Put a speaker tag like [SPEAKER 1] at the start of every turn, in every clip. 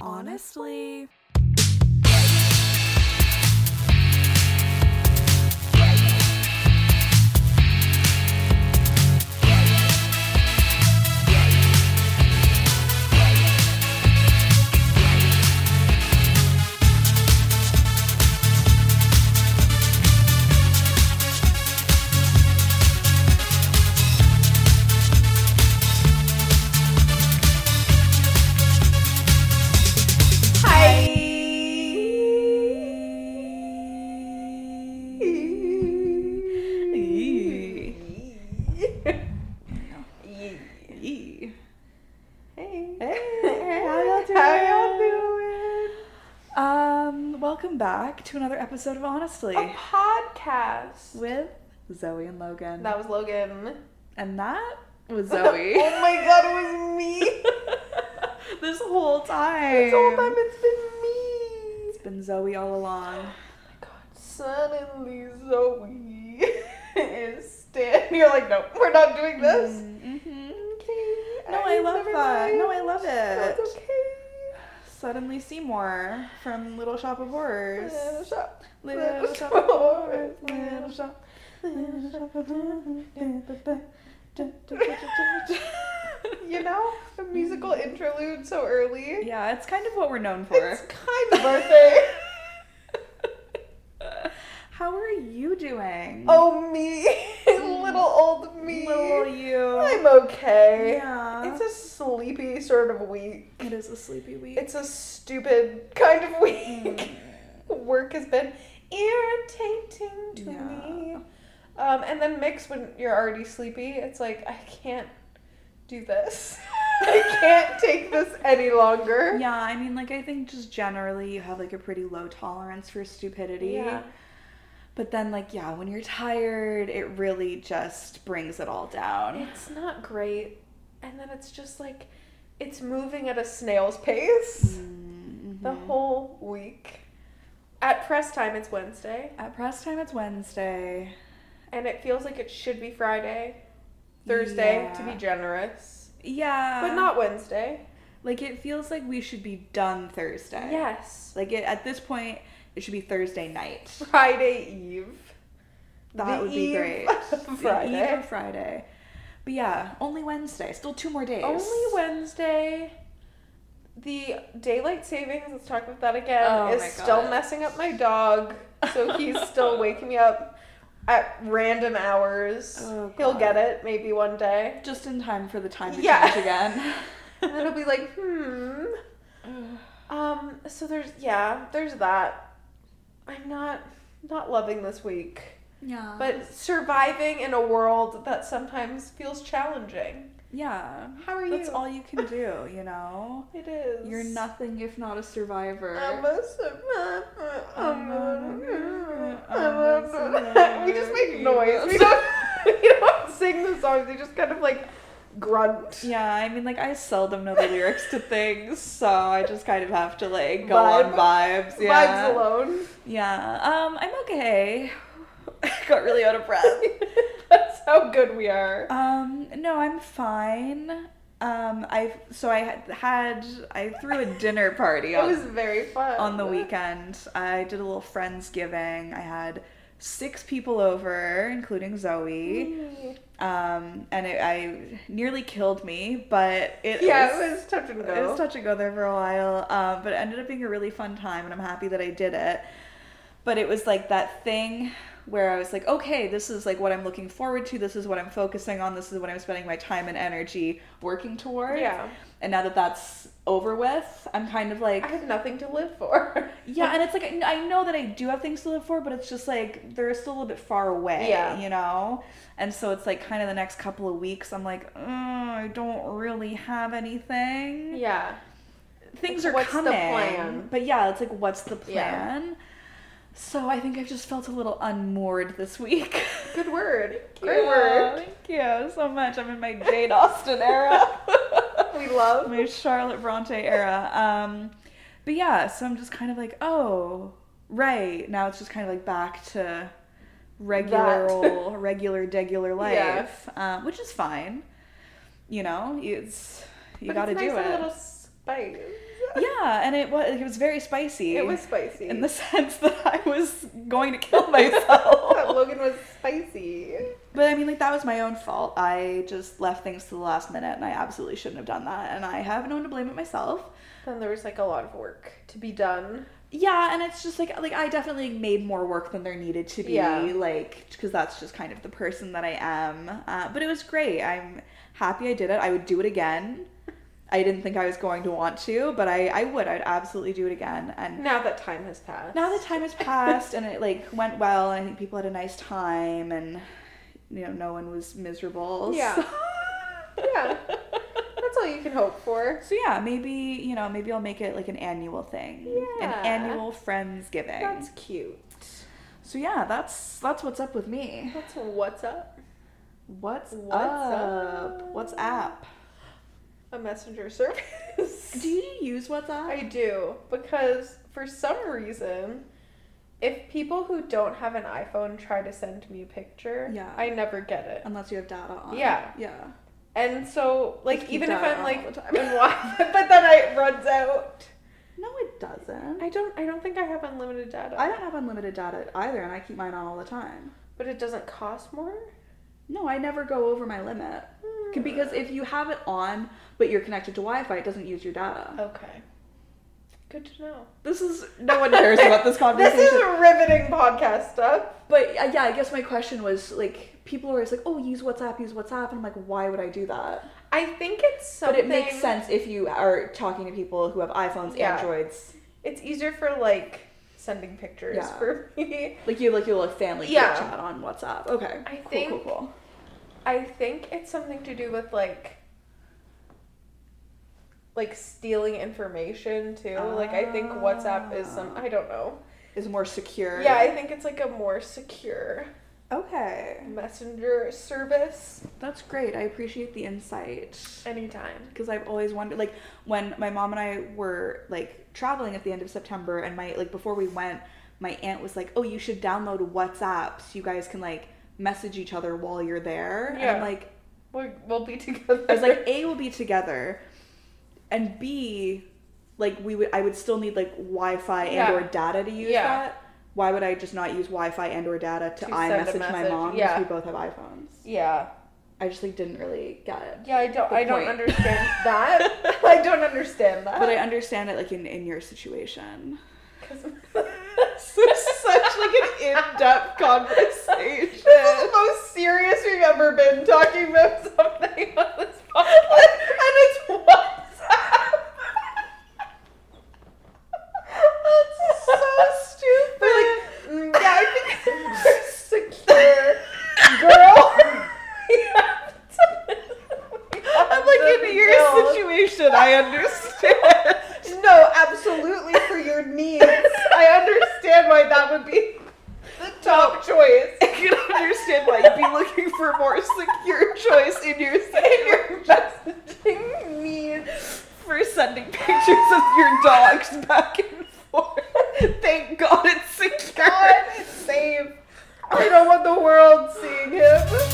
[SPEAKER 1] honestly.
[SPEAKER 2] Hey. Hey.
[SPEAKER 1] Hey, how y'all doing? Um, welcome back to another episode of Honestly
[SPEAKER 2] A podcast.
[SPEAKER 1] with Zoe and Logan.
[SPEAKER 2] That was Logan.
[SPEAKER 1] and that was Zoe.
[SPEAKER 2] oh my god, it was me.
[SPEAKER 1] this whole time.
[SPEAKER 2] this whole time it's been me.
[SPEAKER 1] It's been Zoe all along.
[SPEAKER 2] God, suddenly Zoe is standing. You're like, no, we're not doing this.
[SPEAKER 1] Mhm.
[SPEAKER 2] Okay,
[SPEAKER 1] No, I love
[SPEAKER 2] never
[SPEAKER 1] that.
[SPEAKER 2] mind.
[SPEAKER 1] No, I love
[SPEAKER 2] That's
[SPEAKER 1] it.
[SPEAKER 2] okay.
[SPEAKER 1] Suddenly Seymour from Little Shop of Horrors.
[SPEAKER 2] Little shop,
[SPEAKER 1] Little Shop of Horrors. Little Shop. Little Shop of Horrors.
[SPEAKER 2] You know, a musical interlude so early.
[SPEAKER 1] Mm. Yeah, it's kind of what we're known for.
[SPEAKER 2] It's kind of our thing.
[SPEAKER 1] How are you doing?
[SPEAKER 2] oh me, little old me.
[SPEAKER 1] little you.
[SPEAKER 2] I'm okay.
[SPEAKER 1] Yeah.
[SPEAKER 2] It's a sleepy sort of week.
[SPEAKER 1] It is a sleepy week.
[SPEAKER 2] It's a stupid kind of week. Work has been irritating to
[SPEAKER 1] Yeah.
[SPEAKER 2] me. Um, and then mixed when you're already sleepy, it's like I can't do this. I can't take this any longer.
[SPEAKER 1] yeah, I mean, like, I think just generally you have like a pretty low tolerance for stupidity.
[SPEAKER 2] Yeah.
[SPEAKER 1] But then, like, yeah, when you're tired, it really just brings it all down.
[SPEAKER 2] It's not great. And then it's just like it's moving at a snail's pace
[SPEAKER 1] Mhm.
[SPEAKER 2] the whole week. At press time it's Wednesday,
[SPEAKER 1] At press time, it's Wednesday.
[SPEAKER 2] and it feels like it should be Friday, Thursday to be
[SPEAKER 1] Yeah. Uh,
[SPEAKER 2] generous,
[SPEAKER 1] Yeah.
[SPEAKER 2] but not Wednesday.
[SPEAKER 1] Like, it feels like we should be done Thursday.
[SPEAKER 2] Yes.
[SPEAKER 1] Like, it, at this point, it should be Thursday night.
[SPEAKER 2] Friday Eve.
[SPEAKER 1] That
[SPEAKER 2] The
[SPEAKER 1] would be
[SPEAKER 2] eve
[SPEAKER 1] great.
[SPEAKER 2] of
[SPEAKER 1] The eve
[SPEAKER 2] Friday.
[SPEAKER 1] of Friday. But yeah, only Wednesday. Still two more days.
[SPEAKER 2] Only Wednesday. The daylight savings, let's talk about that again,
[SPEAKER 1] Oh
[SPEAKER 2] is
[SPEAKER 1] my
[SPEAKER 2] still
[SPEAKER 1] God.
[SPEAKER 2] messing up my dog. So he's still waking me up at random hours.
[SPEAKER 1] Oh,
[SPEAKER 2] He'll
[SPEAKER 1] God.
[SPEAKER 2] get it maybe one day.
[SPEAKER 1] Just in time for the time to
[SPEAKER 2] Yeah.
[SPEAKER 1] change again.
[SPEAKER 2] And then he'll be like, hmm. Um, so there's yeah, there's that. I'm not not loving this week.
[SPEAKER 1] yeah.
[SPEAKER 2] But surviving in a world that sometimes feels challenging.
[SPEAKER 1] yeah.
[SPEAKER 2] How are
[SPEAKER 1] That's
[SPEAKER 2] you?
[SPEAKER 1] all you can do, you know?
[SPEAKER 2] It is.
[SPEAKER 1] You're nothing if not a survivor.
[SPEAKER 2] I'm a survivor. I'm a- I'm a survivor.
[SPEAKER 1] survivor.
[SPEAKER 2] We just make noise. We don't, we don't sing the songs. We just kind of like grunt.
[SPEAKER 1] yeah, I mean, like, I seldom know the lyrics to things, so I just kind of have to, like, go on
[SPEAKER 2] Vibe.
[SPEAKER 1] vibes. Yeah.
[SPEAKER 2] Vibes alone.
[SPEAKER 1] Yeah. Um, I'm okay. Got really out of breath.
[SPEAKER 2] That's how good we are.
[SPEAKER 1] Um, no, I'm fine. Um, I so I had- had I threw a dinner party
[SPEAKER 2] It was
[SPEAKER 1] on,
[SPEAKER 2] very fun.
[SPEAKER 1] on the weekend. I did a little friendsgiving. I had six people over, including Zoe.
[SPEAKER 2] Mm-hmm.
[SPEAKER 1] Um, and it, I nearly killed me, but it
[SPEAKER 2] Yeah,
[SPEAKER 1] was-
[SPEAKER 2] it was touch and go.
[SPEAKER 1] it was touch and go there for a while, um, but it ended up being a really fun time, and I'm happy that I did it. But it was like that thing where I was like, okay, this is like what I'm looking forward to. This is what I'm focusing on. This is what I'm spending my time and energy working toward.
[SPEAKER 2] Yeah.
[SPEAKER 1] And now that that's over with, I'm kind of like,
[SPEAKER 2] I had nothing to live for.
[SPEAKER 1] yeah. And it's like I I know that I do have things to live for, but it's just like they're still a little bit far away.
[SPEAKER 2] Yeah.
[SPEAKER 1] You know. And so it's like kind of the next couple of weeks, I'm like, mm, I don't really have anything
[SPEAKER 2] Yeah.
[SPEAKER 1] things are
[SPEAKER 2] What's the
[SPEAKER 1] coming.
[SPEAKER 2] plan?
[SPEAKER 1] But yeah, it's like what's the
[SPEAKER 2] Yeah.
[SPEAKER 1] plan? So I think I've just felt a little unmoored this week.
[SPEAKER 2] Good word. Great
[SPEAKER 1] Great
[SPEAKER 2] word.
[SPEAKER 1] Thank you so much. I'm in my Jane Austen era,
[SPEAKER 2] We love.
[SPEAKER 1] my Charlotte Bronte era. Um, but yeah, so I'm just kind of like, oh, right. Now it's just kind of like back to regular,
[SPEAKER 2] That.
[SPEAKER 1] ol' regular, degular
[SPEAKER 2] Yeah.
[SPEAKER 1] life, um, which is fine. You know, it's you
[SPEAKER 2] But
[SPEAKER 1] got to
[SPEAKER 2] it's nice
[SPEAKER 1] do
[SPEAKER 2] A
[SPEAKER 1] it.
[SPEAKER 2] little spice.
[SPEAKER 1] yeah, and it was it was very spicy.
[SPEAKER 2] It was spicy.
[SPEAKER 1] in the sense that I was going to kill myself.
[SPEAKER 2] Logan was spicy.
[SPEAKER 1] but I mean, like that was my own fault. I just left things to the last minute, and I absolutely shouldn't have done that. And I have no one to blame it myself.
[SPEAKER 2] Then there was like a lot of work to be done.
[SPEAKER 1] Yeah, and it's just like like I definitely made more work than there needed to be,
[SPEAKER 2] Yeah.
[SPEAKER 1] like because that's just kind of the person that I am. Uh, but it was great. I'm happy I did it. I would do it again. I didn't think I was going to want to, but I I would. I'd absolutely do it again. And
[SPEAKER 2] Now that time has passed.
[SPEAKER 1] now the time has passed and it like went well and I think people had a nice time and you know no one was miserable.
[SPEAKER 2] Yeah.
[SPEAKER 1] So,
[SPEAKER 2] yeah. That's all you can hope for.
[SPEAKER 1] so yeah, maybe you know maybe I'll make it like an annual thing,
[SPEAKER 2] Yeah.
[SPEAKER 1] an annual friendsgiving.
[SPEAKER 2] That's cute.
[SPEAKER 1] so yeah, that's that's what's up with me.
[SPEAKER 2] That's what's up.
[SPEAKER 1] What's,
[SPEAKER 2] What's
[SPEAKER 1] up?
[SPEAKER 2] up?
[SPEAKER 1] What's app?
[SPEAKER 2] A messenger service.
[SPEAKER 1] Do you use WhatsApp?
[SPEAKER 2] I do because for some reason, if people who don't have an iPhone try to send me a picture,
[SPEAKER 1] Yeah.
[SPEAKER 2] I never get it.
[SPEAKER 1] Unless you have data on.
[SPEAKER 2] Yeah.
[SPEAKER 1] Yeah.
[SPEAKER 2] And so, like,
[SPEAKER 1] keep
[SPEAKER 2] even if
[SPEAKER 1] that
[SPEAKER 2] I'm
[SPEAKER 1] on
[SPEAKER 2] like,
[SPEAKER 1] all the
[SPEAKER 2] and
[SPEAKER 1] time.
[SPEAKER 2] why? but then I- it runs out.
[SPEAKER 1] No, it doesn't.
[SPEAKER 2] I don't. I don't think I have unlimited data.
[SPEAKER 1] I don't have unlimited data either, and I keep mine on all the time.
[SPEAKER 2] but it doesn't cost more.
[SPEAKER 1] No, I never go over my limit. C- Because if you have it on, but you're connected to Wi Fi, it doesn't use your data.
[SPEAKER 2] Hmm. Okay. Good to know.
[SPEAKER 1] This is, no one cares about this conversation.
[SPEAKER 2] This is riveting podcast stuff.
[SPEAKER 1] but uh, yeah, I guess my question was like, people are always like, oh, use WhatsApp, use WhatsApp. And I'm like, why would I do that?
[SPEAKER 2] I think it's
[SPEAKER 1] But
[SPEAKER 2] something.
[SPEAKER 1] it makes sense if you are talking to people who have iPhones,
[SPEAKER 2] Yeah.
[SPEAKER 1] Androids.
[SPEAKER 2] It's easier for like sending pictures
[SPEAKER 1] Yeah.
[SPEAKER 2] for me.
[SPEAKER 1] Like you have like your little family group
[SPEAKER 2] Yeah.
[SPEAKER 1] chat on WhatsApp. Okay.
[SPEAKER 2] I
[SPEAKER 1] cool,
[SPEAKER 2] think-
[SPEAKER 1] cool, cool.
[SPEAKER 2] I think it's something to do with like like stealing information too. Like I think WhatsApp is some I don't know.
[SPEAKER 1] Is more secure.
[SPEAKER 2] Yeah, I think it's like a more secure
[SPEAKER 1] Okay.
[SPEAKER 2] messenger service
[SPEAKER 1] That's great. I appreciate the insight.
[SPEAKER 2] anytime.
[SPEAKER 1] because I've always wondered like when my mom and I were like traveling at the end of September and my like before we went my aunt was like oh you should download WhatsApp so you guys can like message each other while you're there and I'm
[SPEAKER 2] Yeah.
[SPEAKER 1] like
[SPEAKER 2] We we'll be together.
[SPEAKER 1] I was like A will be together and B like we would I would still need like Wi-Fi and
[SPEAKER 2] Yeah.
[SPEAKER 1] or data to use
[SPEAKER 2] Yeah.
[SPEAKER 1] that why would I just not use Wi-Fi and or data to,
[SPEAKER 2] To send a
[SPEAKER 1] iMessage my
[SPEAKER 2] message,
[SPEAKER 1] mom because
[SPEAKER 2] yeah.
[SPEAKER 1] we both have iPhones
[SPEAKER 2] Yeah.
[SPEAKER 1] I just like didn't really get it
[SPEAKER 2] Yeah, I don't
[SPEAKER 1] Good
[SPEAKER 2] I don't
[SPEAKER 1] point.
[SPEAKER 2] understand that. I don't understand that.
[SPEAKER 1] but I understand it like in in your situation
[SPEAKER 2] Cause
[SPEAKER 1] such like an in-depth
[SPEAKER 2] This is
[SPEAKER 1] conversation.
[SPEAKER 2] the most serious we've ever been talking about something on this podcast, and it's WhatsApp. That's so stupid. We're like, mm, yeah, I think it's secure, girl. We have to- we have
[SPEAKER 1] I'm like
[SPEAKER 2] to
[SPEAKER 1] in
[SPEAKER 2] be
[SPEAKER 1] your
[SPEAKER 2] girls.
[SPEAKER 1] situation, I understand.
[SPEAKER 2] No, absolutely for your needs. I understand why that would be the top choice.
[SPEAKER 1] I can understand why you'd be looking for a more secure choice in your
[SPEAKER 2] in your
[SPEAKER 1] situation
[SPEAKER 2] messaging needs.
[SPEAKER 1] for sending pictures of your dogs back and forth. Thank God it's secure.
[SPEAKER 2] God it's safe. I don't want the world seeing him.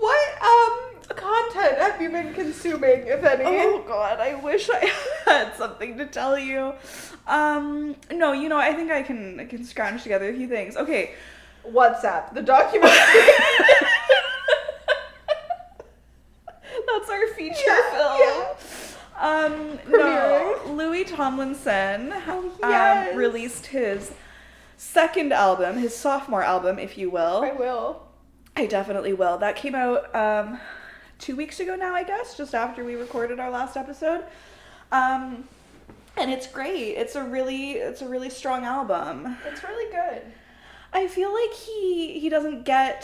[SPEAKER 2] What um content have you been consuming, if any?
[SPEAKER 1] Oh god, I wish I had something to tell you. Um no, you know, I think I can I can scrounge together a few things. Okay.
[SPEAKER 2] WhatsApp, the documentary.
[SPEAKER 1] That's our feature
[SPEAKER 2] Yeah,
[SPEAKER 1] film.
[SPEAKER 2] yeah.
[SPEAKER 1] Um, no,
[SPEAKER 2] Premiering.
[SPEAKER 1] Louis Tomlinson
[SPEAKER 2] Oh,
[SPEAKER 1] um,
[SPEAKER 2] yes.
[SPEAKER 1] released his second album, his sophomore album, if you
[SPEAKER 2] I
[SPEAKER 1] will.
[SPEAKER 2] will.
[SPEAKER 1] I definitely will. That came out um, two weeks ago now, I guess, just after we recorded our last episode. Um, and it's great. It's a really, it's a really strong album.
[SPEAKER 2] It's really good.
[SPEAKER 1] I feel like he he doesn't get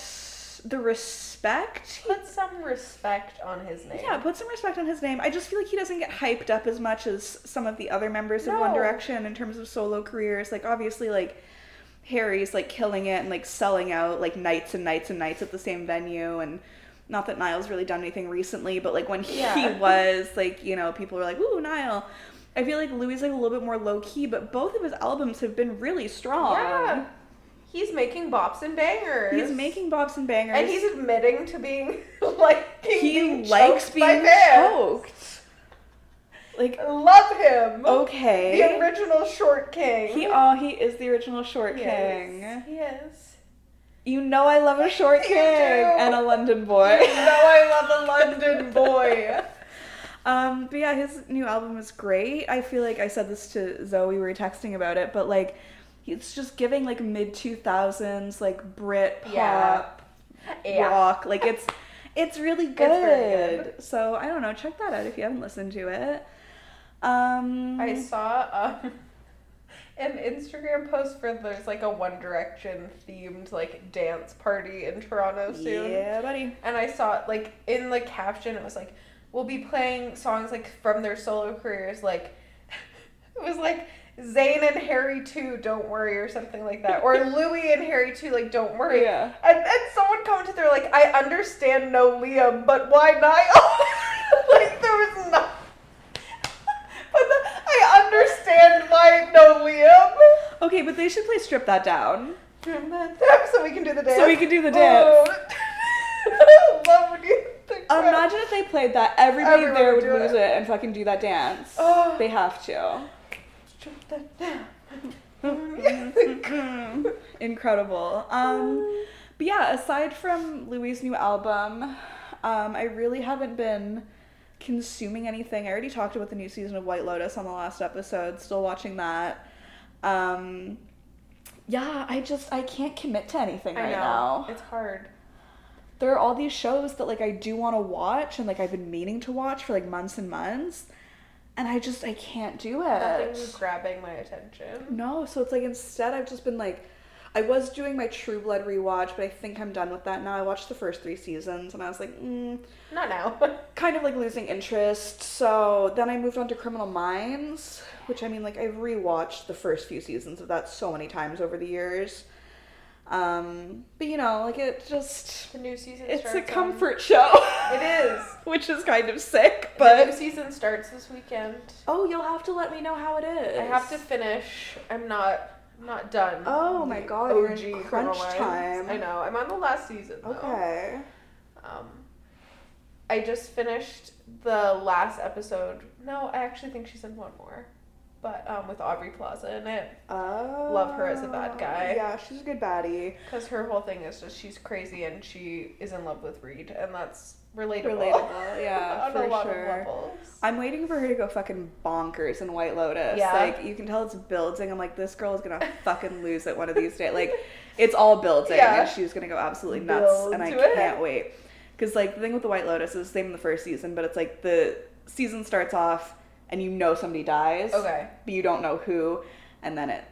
[SPEAKER 1] the respect he
[SPEAKER 2] Put some respect on his name.
[SPEAKER 1] Yeah, put some respect on his name. I just feel like he doesn't get hyped up as much as some of the other members of One
[SPEAKER 2] No.
[SPEAKER 1] Direction in terms of solo careers. Like obviously like Harry's like killing it and like selling out like nights and nights and nights at the same venue and not that Niall's really done anything recently, but like when he
[SPEAKER 2] Yeah.
[SPEAKER 1] was like, you know, people were like, "Ooh, Niall." I feel like Louis is like a little bit more low key, but both of his albums have been really strong.
[SPEAKER 2] Yeah. He's making bops and bangers.
[SPEAKER 1] He's making bops and bangers.
[SPEAKER 2] and he's admitting to being like
[SPEAKER 1] he
[SPEAKER 2] being
[SPEAKER 1] likes
[SPEAKER 2] choked by
[SPEAKER 1] being
[SPEAKER 2] fans.
[SPEAKER 1] choked. Like,
[SPEAKER 2] Love him. The
[SPEAKER 1] okay.
[SPEAKER 2] original short king.
[SPEAKER 1] He oh he is the original short
[SPEAKER 2] He
[SPEAKER 1] king.
[SPEAKER 2] is. He is.
[SPEAKER 1] You know I love a short
[SPEAKER 2] You
[SPEAKER 1] king
[SPEAKER 2] do.
[SPEAKER 1] and a London boy.
[SPEAKER 2] You know I love a London boy.
[SPEAKER 1] Um, but yeah, his new album is great. I feel like I said this to Zoe, we were texting about it, but like it's just giving like mid two thousands, like Brit
[SPEAKER 2] Yeah.
[SPEAKER 1] pop rock. Like it's it's really good.
[SPEAKER 2] very good.
[SPEAKER 1] So I don't know, check that out if you haven't listened to it. Um
[SPEAKER 2] I saw um, an Instagram post for there's like a One Direction themed like dance party in Toronto soon.
[SPEAKER 1] Yeah, buddy.
[SPEAKER 2] And I saw it like in the caption it was like we'll be playing songs like from their solo careers like it was like Zayn and Harry too, don't worry or something like that. Or Louis and Harry too, like don't worry.
[SPEAKER 1] Yeah.
[SPEAKER 2] And, and someone commented, they're like, I understand no Liam, but why Niall? like, there was no. but the, I understand why no Liam.
[SPEAKER 1] Okay, but they should play strip that down.
[SPEAKER 2] So we can do the dance.
[SPEAKER 1] So we can do the dance.
[SPEAKER 2] Oh. I love when you think about it.
[SPEAKER 1] Imagine if they played that, everybody
[SPEAKER 2] Everyone
[SPEAKER 1] there would
[SPEAKER 2] would do
[SPEAKER 1] lose
[SPEAKER 2] it.
[SPEAKER 1] it. and fucking do that dance.
[SPEAKER 2] Oh.
[SPEAKER 1] They have to.
[SPEAKER 2] Strip that down. Mhm.
[SPEAKER 1] Incredible. Um, but yeah, aside from Louis' new album, um, I really haven't been consuming anything. I already talked about the new season of White Lotus on the last episode. Still watching that. Um, yeah, I just I can't commit to anything right
[SPEAKER 2] I know.
[SPEAKER 1] now.
[SPEAKER 2] It's hard.
[SPEAKER 1] there are all these shows that like I do want to watch and like I've been meaning to watch for like months and months, and I just I can't do it.
[SPEAKER 2] Nothing's grabbing my attention.
[SPEAKER 1] No, so it's like instead I've just been like, I was doing my True Blood rewatch, but I think I'm done with that now. I watched the first three seasons and I was like, mm,
[SPEAKER 2] Not now.
[SPEAKER 1] kind of like losing interest. So then I moved on to Criminal Minds, which I mean, like I've rewatched the first few seasons of that so many times over the years. Um, but you know, like it just,
[SPEAKER 2] the new season
[SPEAKER 1] it's a
[SPEAKER 2] starts on-
[SPEAKER 1] comfort show,
[SPEAKER 2] It is.
[SPEAKER 1] which is kind of sick,
[SPEAKER 2] the new
[SPEAKER 1] but.
[SPEAKER 2] season starts this weekend.
[SPEAKER 1] Oh, you'll have to let me know how it is.
[SPEAKER 2] I have to finish. I'm not I'm not done.
[SPEAKER 1] Oh my
[SPEAKER 2] The
[SPEAKER 1] God, you're in
[SPEAKER 2] OG
[SPEAKER 1] crunch
[SPEAKER 2] Criminal
[SPEAKER 1] time.
[SPEAKER 2] Minds. I know. I'm on the last season. Though.
[SPEAKER 1] Okay.
[SPEAKER 2] Um, I just finished the last episode. No, I actually think she's in one more, but um, with Aubrey Plaza in it,
[SPEAKER 1] Oh.
[SPEAKER 2] her as a bad guy.
[SPEAKER 1] Yeah, she's a good baddie.
[SPEAKER 2] because her whole thing is just she's crazy and she is in love with Reed, and that's relatable.
[SPEAKER 1] Relatable, yeah,
[SPEAKER 2] on
[SPEAKER 1] for
[SPEAKER 2] a lot
[SPEAKER 1] sure.
[SPEAKER 2] of levels.
[SPEAKER 1] I'm waiting for her to go fucking bonkers in White Lotus.
[SPEAKER 2] Yeah.
[SPEAKER 1] Like, you can tell it's building. I'm like, this girl is gonna fucking lose it one of these days. Like, it's all building,
[SPEAKER 2] Yeah.
[SPEAKER 1] and she's gonna go absolutely nuts,
[SPEAKER 2] Build
[SPEAKER 1] and I
[SPEAKER 2] to it.
[SPEAKER 1] can't wait. Because, like, the thing with the White Lotus is the same in the first season, but it's like the season starts off, and you know somebody dies.
[SPEAKER 2] Okay.
[SPEAKER 1] but you don't know who, and then it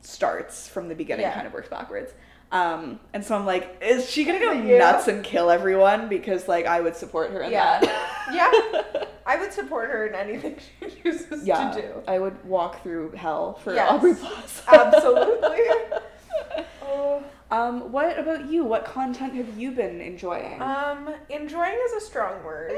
[SPEAKER 1] starts from the beginning,
[SPEAKER 2] Yeah.
[SPEAKER 1] kind of works backwards. Um, and so I'm like, is she gonna go
[SPEAKER 2] Yeah.
[SPEAKER 1] nuts and kill everyone? Because like I would support her in
[SPEAKER 2] Yeah. yeah.
[SPEAKER 1] that.
[SPEAKER 2] I would support her in anything she chooses
[SPEAKER 1] yeah,
[SPEAKER 2] to do.
[SPEAKER 1] I would walk through hell for
[SPEAKER 2] Yes.
[SPEAKER 1] Aubrey Plaza.
[SPEAKER 2] Absolutely. Oh.
[SPEAKER 1] um, what about you? What content have you been enjoying?
[SPEAKER 2] Um, enjoying is a strong word,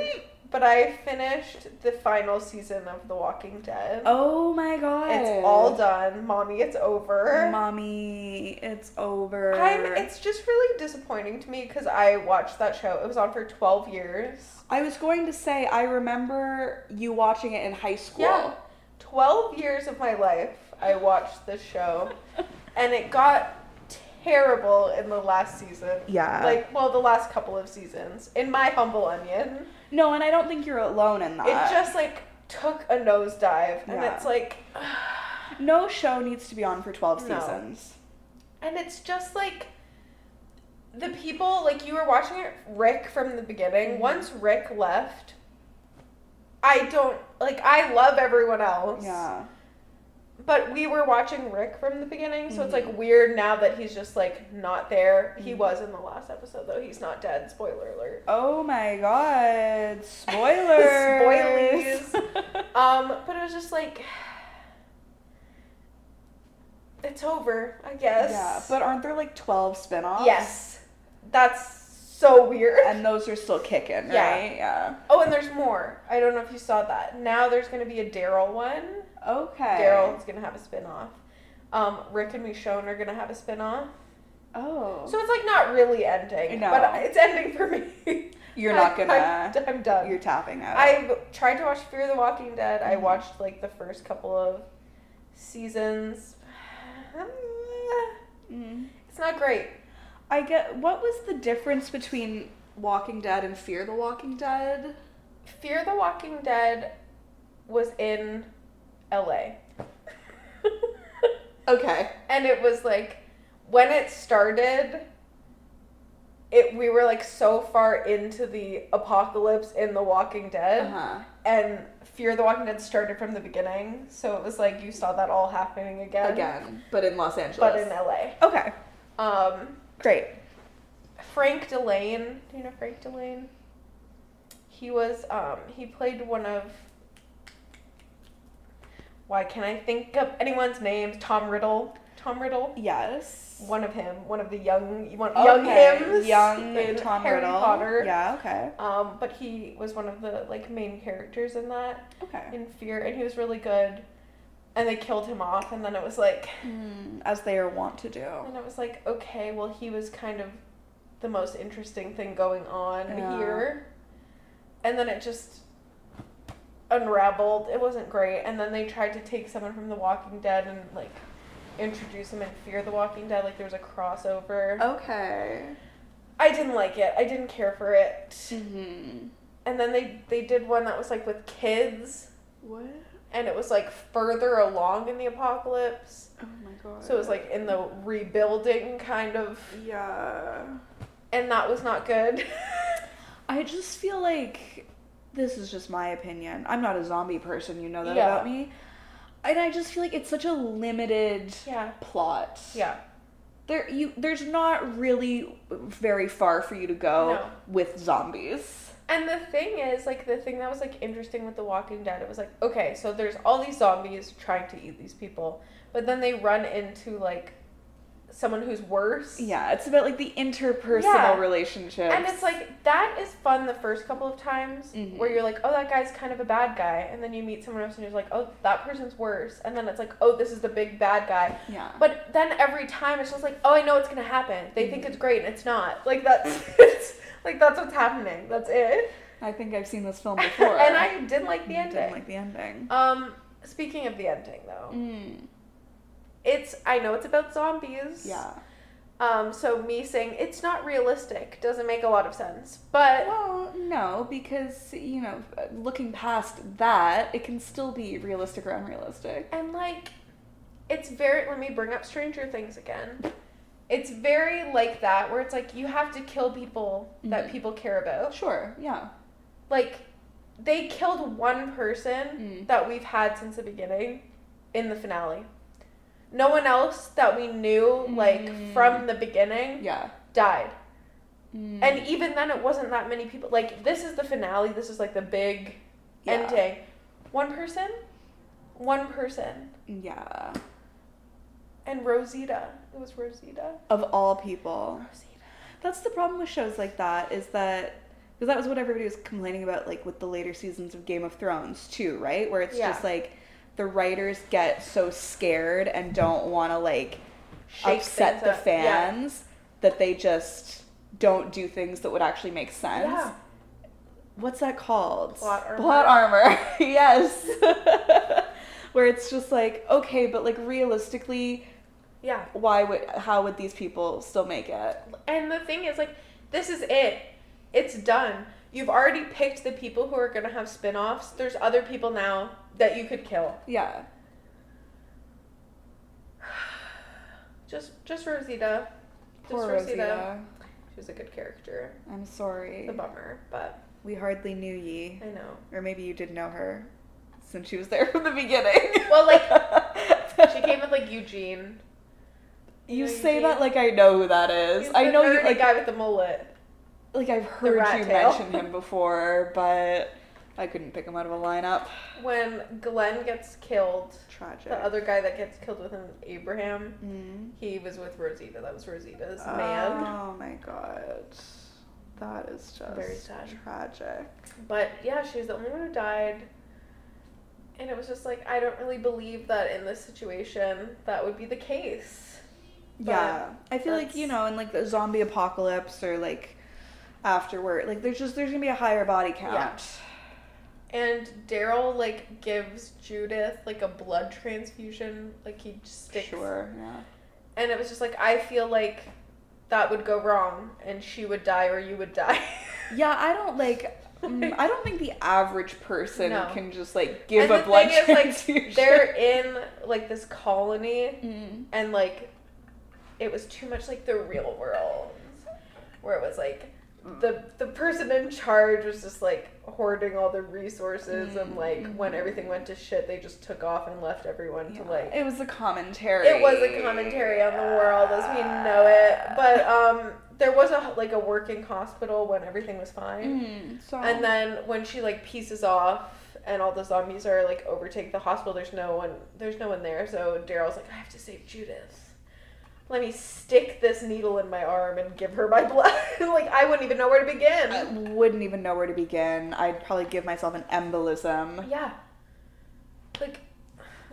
[SPEAKER 2] but I finished the final season of The Walking Dead.
[SPEAKER 1] oh my god,
[SPEAKER 2] It's all done, mommy. It's over.
[SPEAKER 1] mommy. It's over.
[SPEAKER 2] I'm, it's just really disappointing to me because I watched that show. It was on for 12 years.
[SPEAKER 1] I was going to say I remember you watching it in high school.
[SPEAKER 2] Yeah. 12 years of my life, I watched this show, and it got terrible in the last season.
[SPEAKER 1] Yeah.
[SPEAKER 2] Like, well, the last couple of seasons, in my humble onion.
[SPEAKER 1] No, and I don't think you're alone in that.
[SPEAKER 2] it just like took a nosedive and
[SPEAKER 1] Yeah.
[SPEAKER 2] it's like
[SPEAKER 1] no show needs to be on for twelve
[SPEAKER 2] No.
[SPEAKER 1] seasons.
[SPEAKER 2] and it's just like the people like you were watching it rick from the beginning
[SPEAKER 1] Mhm.
[SPEAKER 2] once rick left i don't like i love everyone else
[SPEAKER 1] Yeah.
[SPEAKER 2] but we were watching rick from the beginning so it's
[SPEAKER 1] Mhm.
[SPEAKER 2] like weird now that he's just like not there he
[SPEAKER 1] Mhm.
[SPEAKER 2] was in the last episode though he's not dead spoiler alert
[SPEAKER 1] Oh my god! Spoilers.
[SPEAKER 2] Spoilies. Um, but it was just like it's over, I guess.
[SPEAKER 1] Yeah, but aren't there like twelve spin-offs?
[SPEAKER 2] yes, that's so weird.
[SPEAKER 1] And those are still kicking,
[SPEAKER 2] Yeah.
[SPEAKER 1] right? Yeah.
[SPEAKER 2] oh, and there's more. I don't know if you saw that. Now there's gonna be a Daryl one.
[SPEAKER 1] Okay.
[SPEAKER 2] Daryl's gonna have a spin-off. Um, Rick and Michonne are gonna have a spin-off.
[SPEAKER 1] Oh.
[SPEAKER 2] So it's like not really ending,
[SPEAKER 1] No.
[SPEAKER 2] but it's ending for me.
[SPEAKER 1] You're not
[SPEAKER 2] I'm-
[SPEAKER 1] gonna.
[SPEAKER 2] I'm, I'm done.
[SPEAKER 1] You're tapping out.
[SPEAKER 2] I've tried to watch Fear the Walking Dead. I
[SPEAKER 1] Mhm.
[SPEAKER 2] watched like the first couple of seasons.
[SPEAKER 1] Mm.
[SPEAKER 2] It's not great.
[SPEAKER 1] I get. What was the difference between Walking Dead and Fear the Walking Dead?
[SPEAKER 2] Fear the Walking Dead was in LA.
[SPEAKER 1] Okay.
[SPEAKER 2] and it was like when it started it we were like so far into the apocalypse in The Walking Dead.
[SPEAKER 1] Uh huh.
[SPEAKER 2] and Fear the Walking Dead started from the beginning, so it was like you saw that all happening again,
[SPEAKER 1] Again, but in Los Angeles.
[SPEAKER 2] but in LA.
[SPEAKER 1] okay.
[SPEAKER 2] Um,
[SPEAKER 1] Great.
[SPEAKER 2] Frank Delane, do you know Frank Delane? He was um, he played one of. Why can't I think of anyone's names? Tom Riddle. Tom Riddle.
[SPEAKER 1] Yes.
[SPEAKER 2] One of him. One of the young one, young
[SPEAKER 1] Okay,
[SPEAKER 2] hims.
[SPEAKER 1] Young
[SPEAKER 2] in
[SPEAKER 1] Tom
[SPEAKER 2] Harry
[SPEAKER 1] Riddle.
[SPEAKER 2] Potter.
[SPEAKER 1] Yeah. Okay.
[SPEAKER 2] Um, but he was one of the like main characters in that.
[SPEAKER 1] Okay.
[SPEAKER 2] in fear and he was really good and they killed him off and then it was like
[SPEAKER 1] Mm, as they are wont to do.
[SPEAKER 2] and it was like okay well he was kind of the most interesting thing going on
[SPEAKER 1] Yeah.
[SPEAKER 2] here and then it just unraveled it wasn't great and then they tried to take someone from the walking dead and like introduce him in fear the walking dead like there was a crossover
[SPEAKER 1] Okay.
[SPEAKER 2] i didn't like it i didn't care for it
[SPEAKER 1] Mm-hmm.
[SPEAKER 2] and then they they did one that was like with kids
[SPEAKER 1] What?
[SPEAKER 2] and it was like further along in the apocalypse
[SPEAKER 1] Oh my god.
[SPEAKER 2] So it was like in the rebuilding kind of,
[SPEAKER 1] Yeah.
[SPEAKER 2] and that was not good.
[SPEAKER 1] I just feel like this is just my opinion. I'm not a zombie person, you know that
[SPEAKER 2] Yeah.
[SPEAKER 1] about me. And I just feel like it's such a limited
[SPEAKER 2] yeah.
[SPEAKER 1] plot.
[SPEAKER 2] Yeah.
[SPEAKER 1] There you there's not really very far for you to go
[SPEAKER 2] No.
[SPEAKER 1] with zombies.
[SPEAKER 2] And the thing is, like, the thing that was like interesting with The Walking Dead, it was like, okay, so there's all these zombies trying to eat these people, but then they run into like someone who's worse.
[SPEAKER 1] Yeah, it's about like the interpersonal
[SPEAKER 2] Yeah.
[SPEAKER 1] relationships.
[SPEAKER 2] And it's like that is fun the first couple of times
[SPEAKER 1] Mhm.
[SPEAKER 2] where you're like, oh, that guy's kind of a bad guy, and then you meet someone else and you're like, oh, that person's worse, and then it's like, oh, this is the big bad guy,
[SPEAKER 1] yeah.
[SPEAKER 2] But then every time it's just like, oh, I know it's gonna happen. They
[SPEAKER 1] Mm-hmm.
[SPEAKER 2] think it's great and it's not. Like that's it's, like that's what's happening. That's it.
[SPEAKER 1] I think I've seen this film before.
[SPEAKER 2] and I didn't like the
[SPEAKER 1] I
[SPEAKER 2] ending.
[SPEAKER 1] didn't like the ending.
[SPEAKER 2] um, speaking of the ending though,
[SPEAKER 1] Mm,
[SPEAKER 2] it's I know it's about zombies.
[SPEAKER 1] yeah.
[SPEAKER 2] Um, so me saying it's not realistic doesn't make a lot of sense. But
[SPEAKER 1] Well, no, because you know, looking past that, it can still be realistic or unrealistic.
[SPEAKER 2] and like, it's very. Let me bring up Stranger Things again. It's very like that where it's like you have to kill people that
[SPEAKER 1] Mhm.
[SPEAKER 2] people care about.
[SPEAKER 1] Sure. Yeah.
[SPEAKER 2] like they killed one person
[SPEAKER 1] Mm.
[SPEAKER 2] that we've had since the beginning in the finale. No one else that we knew like
[SPEAKER 1] Mm.
[SPEAKER 2] from the beginning
[SPEAKER 1] Yeah.
[SPEAKER 2] died.
[SPEAKER 1] Mm,
[SPEAKER 2] And even then it wasn't that many people. Like this is the finale, this is like the big
[SPEAKER 1] yeah.
[SPEAKER 2] ending. One person? One person.
[SPEAKER 1] Yeah.
[SPEAKER 2] And Rosita. It was Rosita.
[SPEAKER 1] Of all people,
[SPEAKER 2] Rosita.
[SPEAKER 1] that's the problem with shows like that is that because that was what everybody was complaining about, like with the later seasons of Game of Thrones too, right? Where it's
[SPEAKER 2] Yeah.
[SPEAKER 1] just like the writers get so scared and don't want to like
[SPEAKER 2] Shake
[SPEAKER 1] upset
[SPEAKER 2] things
[SPEAKER 1] the
[SPEAKER 2] up. Yeah.
[SPEAKER 1] fans that they just don't do things that would actually make sense.
[SPEAKER 2] Yeah.
[SPEAKER 1] What's that called?
[SPEAKER 2] Plot armor.
[SPEAKER 1] Plot armor. yes. Where it's just like, okay, but like realistically,
[SPEAKER 2] Yeah.
[SPEAKER 1] why would how would these people still make it?
[SPEAKER 2] And the thing is, like, this is it. It's done. You've already picked the people who are going to have spin offs. There's other people now that you could kill.
[SPEAKER 1] Yeah.
[SPEAKER 2] Just just Rosita. Just
[SPEAKER 1] Poor
[SPEAKER 2] Rosita.
[SPEAKER 1] Rosita.
[SPEAKER 2] She was a good character.
[SPEAKER 1] I'm sorry.
[SPEAKER 2] The bummer, but
[SPEAKER 1] We hardly knew ye.
[SPEAKER 2] I know.
[SPEAKER 1] Or maybe you did know her since she was there from the beginning.
[SPEAKER 2] Well, like, She came with, like, Eugene.
[SPEAKER 1] You
[SPEAKER 2] know,
[SPEAKER 1] say
[SPEAKER 2] Eugene.
[SPEAKER 1] that like I know who that is.
[SPEAKER 2] He's
[SPEAKER 1] I
[SPEAKER 2] the
[SPEAKER 1] know you
[SPEAKER 2] nerdy
[SPEAKER 1] like
[SPEAKER 2] guy with the mullet.
[SPEAKER 1] Like I've heard
[SPEAKER 2] rat
[SPEAKER 1] you
[SPEAKER 2] tail.
[SPEAKER 1] mention him before, but I couldn't pick him out of a lineup.
[SPEAKER 2] When Glenn gets killed,
[SPEAKER 1] Tragic.
[SPEAKER 2] the other guy that gets killed with him, Abraham,
[SPEAKER 1] Mm.
[SPEAKER 2] he was with Rosita. That was Rosita's man.
[SPEAKER 1] Oh my god, that is just
[SPEAKER 2] Very sad.
[SPEAKER 1] tragic.
[SPEAKER 2] But yeah, she was the only one who died. And it was just like, I don't really believe that in this situation that would be the case. But
[SPEAKER 1] yeah, I feel like you
[SPEAKER 2] that's-
[SPEAKER 1] know, in like the zombie apocalypse or like afterward. Like there's just there's gonna be a higher body count.
[SPEAKER 2] Yeah. And Daryl like gives Judith like a blood transfusion, like he just sticks.
[SPEAKER 1] Sure. Yeah.
[SPEAKER 2] And it was just like I feel like that would go wrong, and she would die or you would die.
[SPEAKER 1] Yeah, I don't like. mm, I don't think the average person
[SPEAKER 2] No.
[SPEAKER 1] can just like give
[SPEAKER 2] And
[SPEAKER 1] a
[SPEAKER 2] the
[SPEAKER 1] blood
[SPEAKER 2] thing is, like,
[SPEAKER 1] transfusion.
[SPEAKER 2] They're in like this colony,
[SPEAKER 1] Mm.
[SPEAKER 2] and like it was too much like the real world, where it was like the the person in charge was just like hoarding all the resources,
[SPEAKER 1] Mm.
[SPEAKER 2] and like when everything went to shit, they just took off and left everyone
[SPEAKER 1] Yeah.
[SPEAKER 2] to like
[SPEAKER 1] it was a commentary.
[SPEAKER 2] It was a commentary on the world as we know it, but um, there was a like a working hospital when everything was fine,
[SPEAKER 1] Mm, so
[SPEAKER 2] and then when she like pieces off and all the zombies are like overtake the hospital, there's no one, there's no one there, so Daryl's like, I have to save Judith. Let me stick this needle in my arm and give her my blood. like I wouldn't even know where to
[SPEAKER 1] I
[SPEAKER 2] begin.
[SPEAKER 1] wouldn't even know where to begin. I'd probably give myself an embolism.
[SPEAKER 2] Yeah, like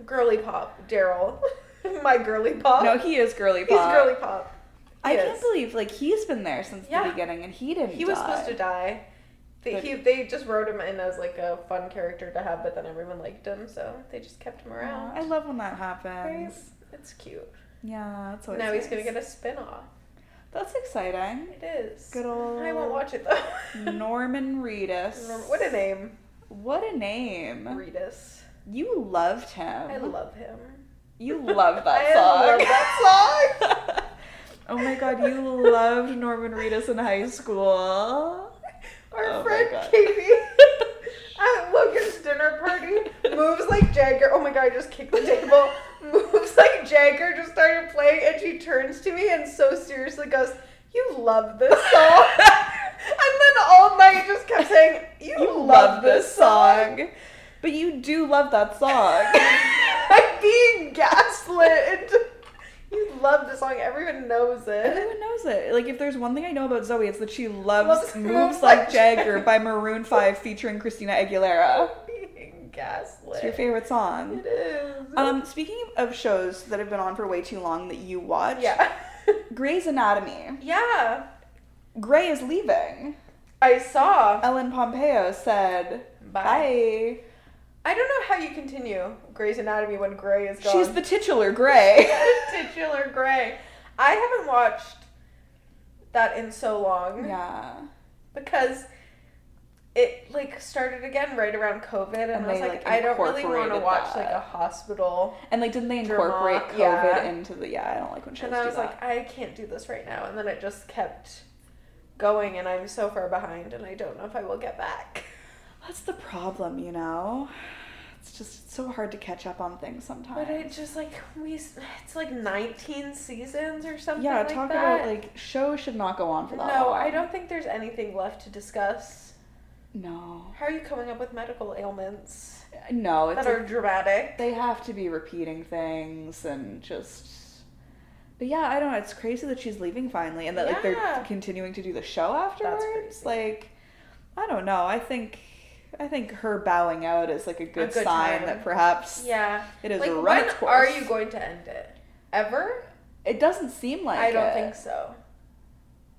[SPEAKER 2] girly pop, Daryl, my girly pop.
[SPEAKER 1] No, he is girly
[SPEAKER 2] he's
[SPEAKER 1] pop.
[SPEAKER 2] girly pop.
[SPEAKER 1] I
[SPEAKER 2] He
[SPEAKER 1] can't
[SPEAKER 2] is.
[SPEAKER 1] believe like he's been there since
[SPEAKER 2] Yeah.
[SPEAKER 1] the beginning and he didn't.
[SPEAKER 2] He was
[SPEAKER 1] die.
[SPEAKER 2] supposed to die. They,
[SPEAKER 1] But-
[SPEAKER 2] he, they just wrote him in as like a fun character to have, but then everyone liked him, so they just kept him
[SPEAKER 1] Aw,
[SPEAKER 2] around.
[SPEAKER 1] I love when that happens.
[SPEAKER 2] It's cute.
[SPEAKER 1] Yeah, that's always
[SPEAKER 2] now he's gonna
[SPEAKER 1] nice.
[SPEAKER 2] get a spin off.
[SPEAKER 1] That's exciting.
[SPEAKER 2] It is.
[SPEAKER 1] Good old
[SPEAKER 2] I won't watch it though.
[SPEAKER 1] Norman Reedus.
[SPEAKER 2] What a name.
[SPEAKER 1] What a name.
[SPEAKER 2] Reedus.
[SPEAKER 1] You loved him.
[SPEAKER 2] I love him.
[SPEAKER 1] You love that
[SPEAKER 2] I
[SPEAKER 1] song.
[SPEAKER 2] love that song.
[SPEAKER 1] oh my god, you loved Norman Reedus in high school.
[SPEAKER 2] Our
[SPEAKER 1] Oh my
[SPEAKER 2] friend
[SPEAKER 1] God.
[SPEAKER 2] Katie at Logan's dinner party moves like Jagger. Oh my god, I just kicked the table. Moves like Jagger just started playing and she turns to me and so seriously goes, You love this song. and then all night just kept saying, You,
[SPEAKER 1] You love this song. But you do love that song.
[SPEAKER 2] I'm being gaslit into You love this song, everyone knows it.
[SPEAKER 1] Everyone knows it. Like, if there's one thing I know about Zoe, it's that she loves
[SPEAKER 2] Loves
[SPEAKER 1] Moves, Like Jagger by Maroon 5 featuring Christina
[SPEAKER 2] I'm
[SPEAKER 1] Aguilera.
[SPEAKER 2] being gaslit.
[SPEAKER 1] It's your favorite song.
[SPEAKER 2] It is.
[SPEAKER 1] Um, speaking of shows that have been on for way too long that you watch,
[SPEAKER 2] yeah.
[SPEAKER 1] Grey's Anatomy.
[SPEAKER 2] yeah.
[SPEAKER 1] Grey is leaving.
[SPEAKER 2] I saw.
[SPEAKER 1] Ellen Pompeo said, bye.
[SPEAKER 2] I don't know how you continue Grey's Anatomy when Grey is gone.
[SPEAKER 1] She's the titular Grey.
[SPEAKER 2] titular Grey. I haven't watched that in so long
[SPEAKER 1] yeah.
[SPEAKER 2] because it like started again right around COVID, and,
[SPEAKER 1] And
[SPEAKER 2] I was
[SPEAKER 1] they,
[SPEAKER 2] like,
[SPEAKER 1] like,
[SPEAKER 2] I don't really want to
[SPEAKER 1] incorporated
[SPEAKER 2] watch
[SPEAKER 1] that.
[SPEAKER 2] like a hospital.
[SPEAKER 1] And, like, didn't they
[SPEAKER 2] Drama,
[SPEAKER 1] incorporate COVID
[SPEAKER 2] yeah.
[SPEAKER 1] into the. Yeah, I don't like when shows
[SPEAKER 2] and I
[SPEAKER 1] do
[SPEAKER 2] was
[SPEAKER 1] that.
[SPEAKER 2] like, I can't do this right now, and then it just kept going, and I'm so far behind, and I don't know if I will get back.
[SPEAKER 1] That's the problem, you know? It's just it's so hard to catch up on things sometimes.
[SPEAKER 2] But it just like we, s- it's like 19 seasons or something.
[SPEAKER 1] yeah,
[SPEAKER 2] like
[SPEAKER 1] talk
[SPEAKER 2] that.
[SPEAKER 1] about like shows should not go on for that
[SPEAKER 2] No,
[SPEAKER 1] long.
[SPEAKER 2] I don't think there's anything left to discuss.
[SPEAKER 1] No.
[SPEAKER 2] How are you coming up with medical ailments
[SPEAKER 1] No, it's
[SPEAKER 2] that
[SPEAKER 1] a-
[SPEAKER 2] are dramatic?
[SPEAKER 1] they have to be repeating things and just But yeah, I don't know, it's crazy that she's leaving finally and that like they're
[SPEAKER 2] Yeah.
[SPEAKER 1] continuing to do the show afterwards.
[SPEAKER 2] crazy.
[SPEAKER 1] Like I don't know. I think I think her bowing out is like a good,
[SPEAKER 2] good
[SPEAKER 1] sign
[SPEAKER 2] time.
[SPEAKER 1] that perhaps
[SPEAKER 2] Yeah.
[SPEAKER 1] it is
[SPEAKER 2] like,
[SPEAKER 1] run
[SPEAKER 2] when
[SPEAKER 1] its course.
[SPEAKER 2] are you going to end it? Ever?
[SPEAKER 1] It doesn't seem like
[SPEAKER 2] I don't
[SPEAKER 1] it.
[SPEAKER 2] think so.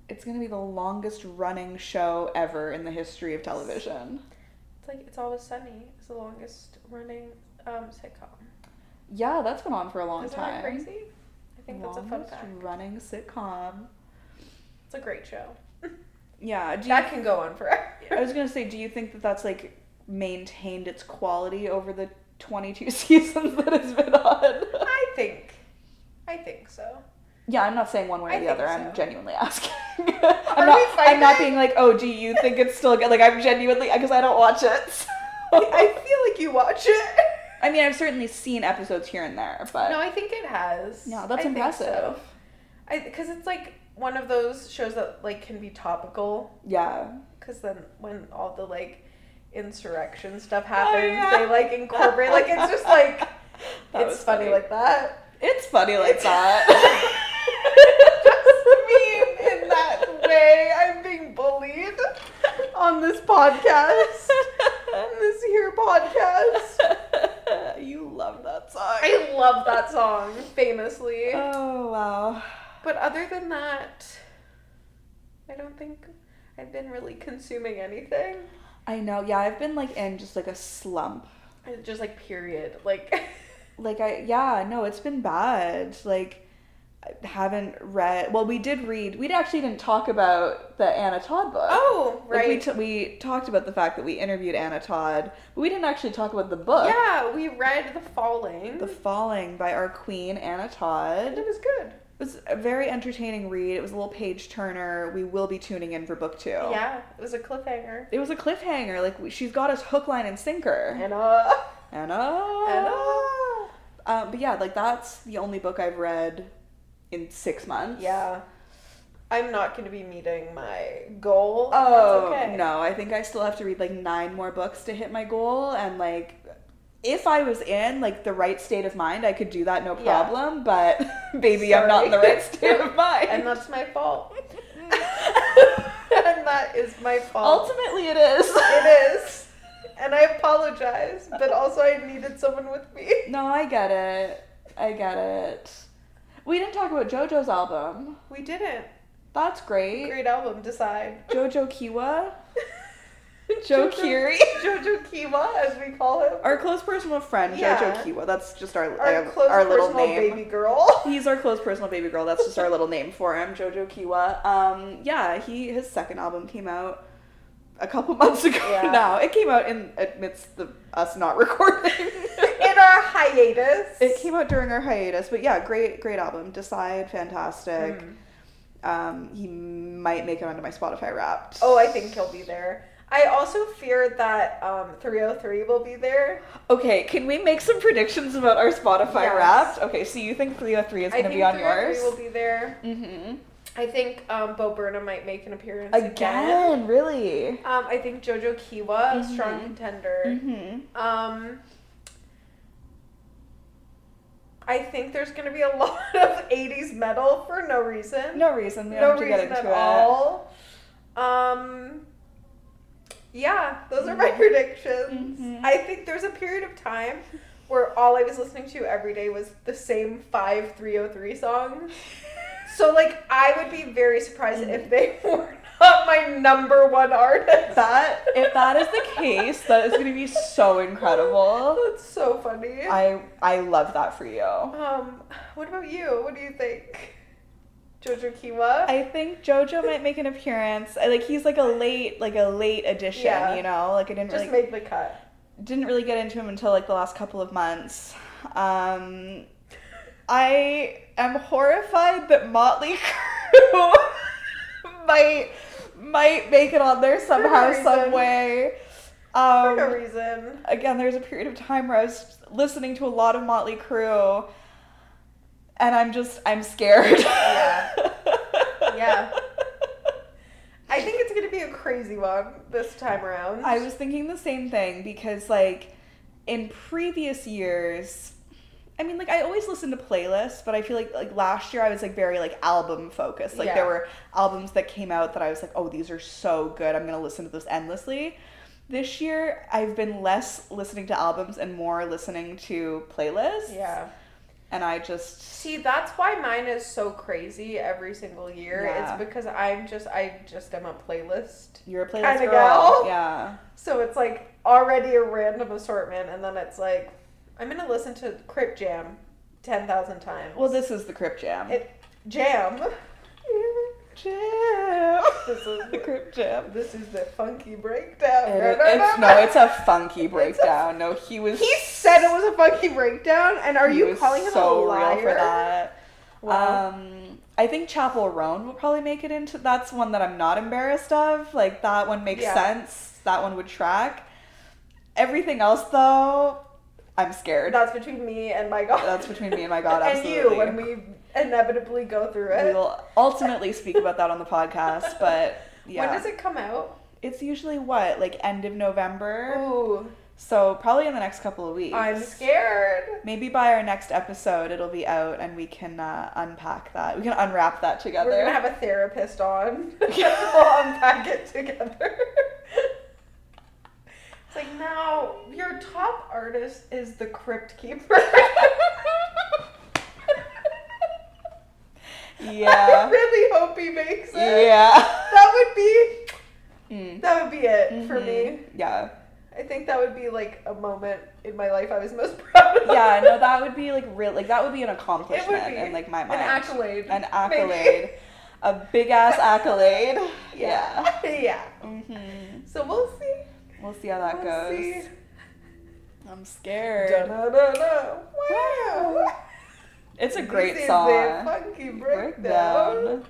[SPEAKER 1] It's gonna be the longest running show ever in the history of television.
[SPEAKER 2] It's like It's Always Sunny is the longest running um, sitcom.
[SPEAKER 1] Yeah, that's been on for a long
[SPEAKER 2] Isn't
[SPEAKER 1] time.
[SPEAKER 2] that crazy? I think that's a fun
[SPEAKER 1] longest
[SPEAKER 2] fact.
[SPEAKER 1] running sitcom.
[SPEAKER 2] It's a great show.
[SPEAKER 1] Yeah. Do you,
[SPEAKER 2] That can go on forever.
[SPEAKER 1] I was gonna say, do you think that that's like maintained its quality over the 22 seasons that it's been on?
[SPEAKER 2] I think. I think so.
[SPEAKER 1] yeah, I'm not saying one way or
[SPEAKER 2] I
[SPEAKER 1] the
[SPEAKER 2] think
[SPEAKER 1] other. I'm
[SPEAKER 2] so.
[SPEAKER 1] genuinely asking. I'm
[SPEAKER 2] we
[SPEAKER 1] not. I'm not
[SPEAKER 2] fighting?
[SPEAKER 1] being like, oh, do you think it's still good? Like, I'm genuinely because I don't watch it. so-
[SPEAKER 2] I feel like you watch it.
[SPEAKER 1] I mean, I've certainly seen episodes here and there, but
[SPEAKER 2] No, I think it has.
[SPEAKER 1] Yeah, that's
[SPEAKER 2] I think
[SPEAKER 1] impressive.
[SPEAKER 2] so. I because it's like one of those shows that like can be topical.
[SPEAKER 1] yeah.
[SPEAKER 2] Because then when all the like insurrection stuff happens,
[SPEAKER 1] Oh, yeah.
[SPEAKER 2] they like incorporate. like it's just like
[SPEAKER 1] That
[SPEAKER 2] it's
[SPEAKER 1] was
[SPEAKER 2] funny,
[SPEAKER 1] funny.
[SPEAKER 2] like that.
[SPEAKER 1] It's funny like
[SPEAKER 2] It's-
[SPEAKER 1] that.
[SPEAKER 2] Just mean in that way. I'm being bullied on this podcast, on this here podcast.
[SPEAKER 1] you love that song.
[SPEAKER 2] I love that song famously.
[SPEAKER 1] Oh wow.
[SPEAKER 2] But other than that, I don't think. I I've been really consuming anything.
[SPEAKER 1] I know. Yeah, I've been like in just like a slump.
[SPEAKER 2] It's Just like period. Like
[SPEAKER 1] Like I yeah, no, it's been bad. Like I haven't read. Well, we did read. We actually didn't talk about the Anna Todd book.
[SPEAKER 2] oh
[SPEAKER 1] Like,
[SPEAKER 2] right.
[SPEAKER 1] we, t- we talked about the fact that we interviewed Anna Todd, but we didn't actually talk about the book.
[SPEAKER 2] yeah, we read The Falling.
[SPEAKER 1] The Falling by our queen, Anna Todd.
[SPEAKER 2] and it was good.
[SPEAKER 1] It was a very entertaining read. It was a little page turner. We will be tuning in for book two.
[SPEAKER 2] Yeah, it was a cliffhanger.
[SPEAKER 1] It was a cliffhanger. Like, we, she's got us hook, line, and sinker.
[SPEAKER 2] And uh,
[SPEAKER 1] Anna.
[SPEAKER 2] and uh,
[SPEAKER 1] Um, but yeah, like, that's the only book I've read in six months.
[SPEAKER 2] yeah. I'm not going to be meeting my goal. That's
[SPEAKER 1] Oh,
[SPEAKER 2] okay.
[SPEAKER 1] no. I think I still have to read like nine more books to hit my goal. And like, if I was in like the right state of mind, I could do that no
[SPEAKER 2] Yeah.
[SPEAKER 1] problem. But baby, I'm not in the
[SPEAKER 2] Sorry.
[SPEAKER 1] right state of mind.
[SPEAKER 2] And that's my fault. and that is my fault.
[SPEAKER 1] Ultimately, it is.
[SPEAKER 2] It is. And I apologize, but also I needed someone with me.
[SPEAKER 1] No, I get it. I get it. We didn't talk about JoJo's album.
[SPEAKER 2] We didn't.
[SPEAKER 1] That's great.
[SPEAKER 2] Great album, Decide.
[SPEAKER 1] JoJo Kiwa, Joe
[SPEAKER 2] Jojo-
[SPEAKER 1] Keery.
[SPEAKER 2] Jojo Kiwa, as we call him.
[SPEAKER 1] Our close personal friend,
[SPEAKER 2] Yeah.
[SPEAKER 1] JoJo Kiwa. That's just our
[SPEAKER 2] Our,
[SPEAKER 1] our,
[SPEAKER 2] close
[SPEAKER 1] our little
[SPEAKER 2] personal
[SPEAKER 1] name.
[SPEAKER 2] baby girl.
[SPEAKER 1] He's our close personal baby girl. That's just our little name for him, JoJo Kiwa. Um, yeah, he his second album came out a couple months ago.
[SPEAKER 2] Yeah.
[SPEAKER 1] Now it came out in amidst the us not recording.
[SPEAKER 2] In our hiatus.
[SPEAKER 1] it came out during our hiatus, but yeah, great great album. Decide, fantastic.
[SPEAKER 2] Mm.
[SPEAKER 1] Um, he might make it onto my Spotify Wrapped.
[SPEAKER 2] Oh, I think he'll be there. I also fear that um, 303 will be there.
[SPEAKER 1] Okay, can we make some predictions about our Spotify
[SPEAKER 2] Yes.
[SPEAKER 1] Wrapped? Okay, so you think 303 is
[SPEAKER 2] I
[SPEAKER 1] going to
[SPEAKER 2] think
[SPEAKER 1] be on
[SPEAKER 2] 303
[SPEAKER 1] yours?
[SPEAKER 2] will be there.
[SPEAKER 1] mm-hmm.
[SPEAKER 2] I think um, Bo Burnham might make an appearance
[SPEAKER 1] Again,
[SPEAKER 2] again.
[SPEAKER 1] really?
[SPEAKER 2] Um, I think JoJo Kiwa, a strong
[SPEAKER 1] Mhm.
[SPEAKER 2] contender.
[SPEAKER 1] Mm-hmm.
[SPEAKER 2] Um, I think there's going to be a lot of 80s metal for no reason.
[SPEAKER 1] No reason. We
[SPEAKER 2] No
[SPEAKER 1] don't have to
[SPEAKER 2] reason
[SPEAKER 1] get into it.
[SPEAKER 2] at all. Um, yeah, those are my
[SPEAKER 1] Mhm.
[SPEAKER 2] predictions.
[SPEAKER 1] Mhm.
[SPEAKER 2] I think there's a period of time where all I was listening to every day was the same five 303 songs. So, like, I would be very surprised
[SPEAKER 1] Mhm.
[SPEAKER 2] if they were not my number one artist.
[SPEAKER 1] That if that is the case, that is going to be so incredible.
[SPEAKER 2] Oh, That's so funny.
[SPEAKER 1] I I love that for you.
[SPEAKER 2] um, what about you? What do you think? Jojo Kiwa?
[SPEAKER 1] I think JoJo might make an appearance. I, like he's like a late like a late addition,
[SPEAKER 2] Yeah.
[SPEAKER 1] you know. Like I didn't
[SPEAKER 2] Just
[SPEAKER 1] really
[SPEAKER 2] make the cut.
[SPEAKER 1] didn't really get into him until like the last couple of months. Um, I am horrified that Motley Crue might might make it on there somehow,
[SPEAKER 2] reason.
[SPEAKER 1] some way.
[SPEAKER 2] For
[SPEAKER 1] Um,
[SPEAKER 2] no reason.
[SPEAKER 1] again, there was a period of time where I was listening to a lot of Motley Crue, and I'm just I'm scared.
[SPEAKER 2] Yeah. Yeah. I think it's gonna be a crazy one this time around.
[SPEAKER 1] I was thinking the same thing because, like, in previous years, I mean, like, I always listen to playlists, but I feel like, like last year I was like very like album focused. Like,
[SPEAKER 2] Yeah.
[SPEAKER 1] there were albums that came out that I was like, oh, these are so good. I'm gonna listen to this endlessly. This year, I've been less listening to albums and more listening to playlists.
[SPEAKER 2] yeah.
[SPEAKER 1] and I just
[SPEAKER 2] See, that's why mine is so crazy every single year.
[SPEAKER 1] Yeah.
[SPEAKER 2] It's because I'm just I just am a playlist.
[SPEAKER 1] you're a playlist
[SPEAKER 2] Kinda
[SPEAKER 1] girl.
[SPEAKER 2] gal.
[SPEAKER 1] Yeah,
[SPEAKER 2] So it's like already a random assortment, and then it's like I'm gonna listen to Crip Jam ten thousand times.
[SPEAKER 1] well, this is the Crip Jam.
[SPEAKER 2] it jam.
[SPEAKER 1] Jam.
[SPEAKER 2] This is-
[SPEAKER 1] the Crip Jam.
[SPEAKER 2] This is the funky breakdown.
[SPEAKER 1] It- it's no, it's a funky
[SPEAKER 2] a-
[SPEAKER 1] breakdown. no, he was.
[SPEAKER 2] He said it was a funky breakdown, and are
[SPEAKER 1] he
[SPEAKER 2] you
[SPEAKER 1] was
[SPEAKER 2] calling him
[SPEAKER 1] so
[SPEAKER 2] a liar?
[SPEAKER 1] real for that?
[SPEAKER 2] Wow.
[SPEAKER 1] Um, I think Chapel Roan will probably make it into. That's one that I'm not embarrassed of. Like that one makes
[SPEAKER 2] Yeah.
[SPEAKER 1] sense. That one would track. Everything else though, I'm scared.
[SPEAKER 2] That's between me and my God.
[SPEAKER 1] That's between me and my God,
[SPEAKER 2] and you
[SPEAKER 1] absolutely.
[SPEAKER 2] when we inevitably go through it.
[SPEAKER 1] We'll ultimately speak about that on the podcast, but yeah,
[SPEAKER 2] When does it come out?
[SPEAKER 1] it's usually what like end of November.
[SPEAKER 2] Ooh,
[SPEAKER 1] So probably in the next couple of weeks.
[SPEAKER 2] Oh. I'm scared.
[SPEAKER 1] Maybe by our next episode, it'll be out and we can uh, unpack that. We can unwrap that together.
[SPEAKER 2] We're gonna have a therapist on. we'll unpack it together. it's like now your top artist is the Crypt Keeper.
[SPEAKER 1] yeah.
[SPEAKER 2] I really hope he makes it.
[SPEAKER 1] yeah.
[SPEAKER 2] That would be
[SPEAKER 1] Mm.
[SPEAKER 2] That would be it Mm-hmm. for me.
[SPEAKER 1] Mhm. Yeah.
[SPEAKER 2] I think that would be like a moment in my life I was most proud of.
[SPEAKER 1] Yeah, no, that would be like real like that would be an
[SPEAKER 2] It
[SPEAKER 1] accomplishment
[SPEAKER 2] would be
[SPEAKER 1] in like my
[SPEAKER 2] an
[SPEAKER 1] mind.
[SPEAKER 2] accolade.
[SPEAKER 1] An
[SPEAKER 2] maybe.
[SPEAKER 1] accolade. a big ass accolade. Yeah.
[SPEAKER 2] Yeah. yeah.
[SPEAKER 1] hmm
[SPEAKER 2] So we'll see.
[SPEAKER 1] We'll see how that
[SPEAKER 2] we'll
[SPEAKER 1] goes.
[SPEAKER 2] see.
[SPEAKER 1] I'm scared.
[SPEAKER 2] Da-da-da-da. Wow.
[SPEAKER 1] Wow. It's a
[SPEAKER 2] this
[SPEAKER 1] great
[SPEAKER 2] is a
[SPEAKER 1] song.
[SPEAKER 2] funky breakdown.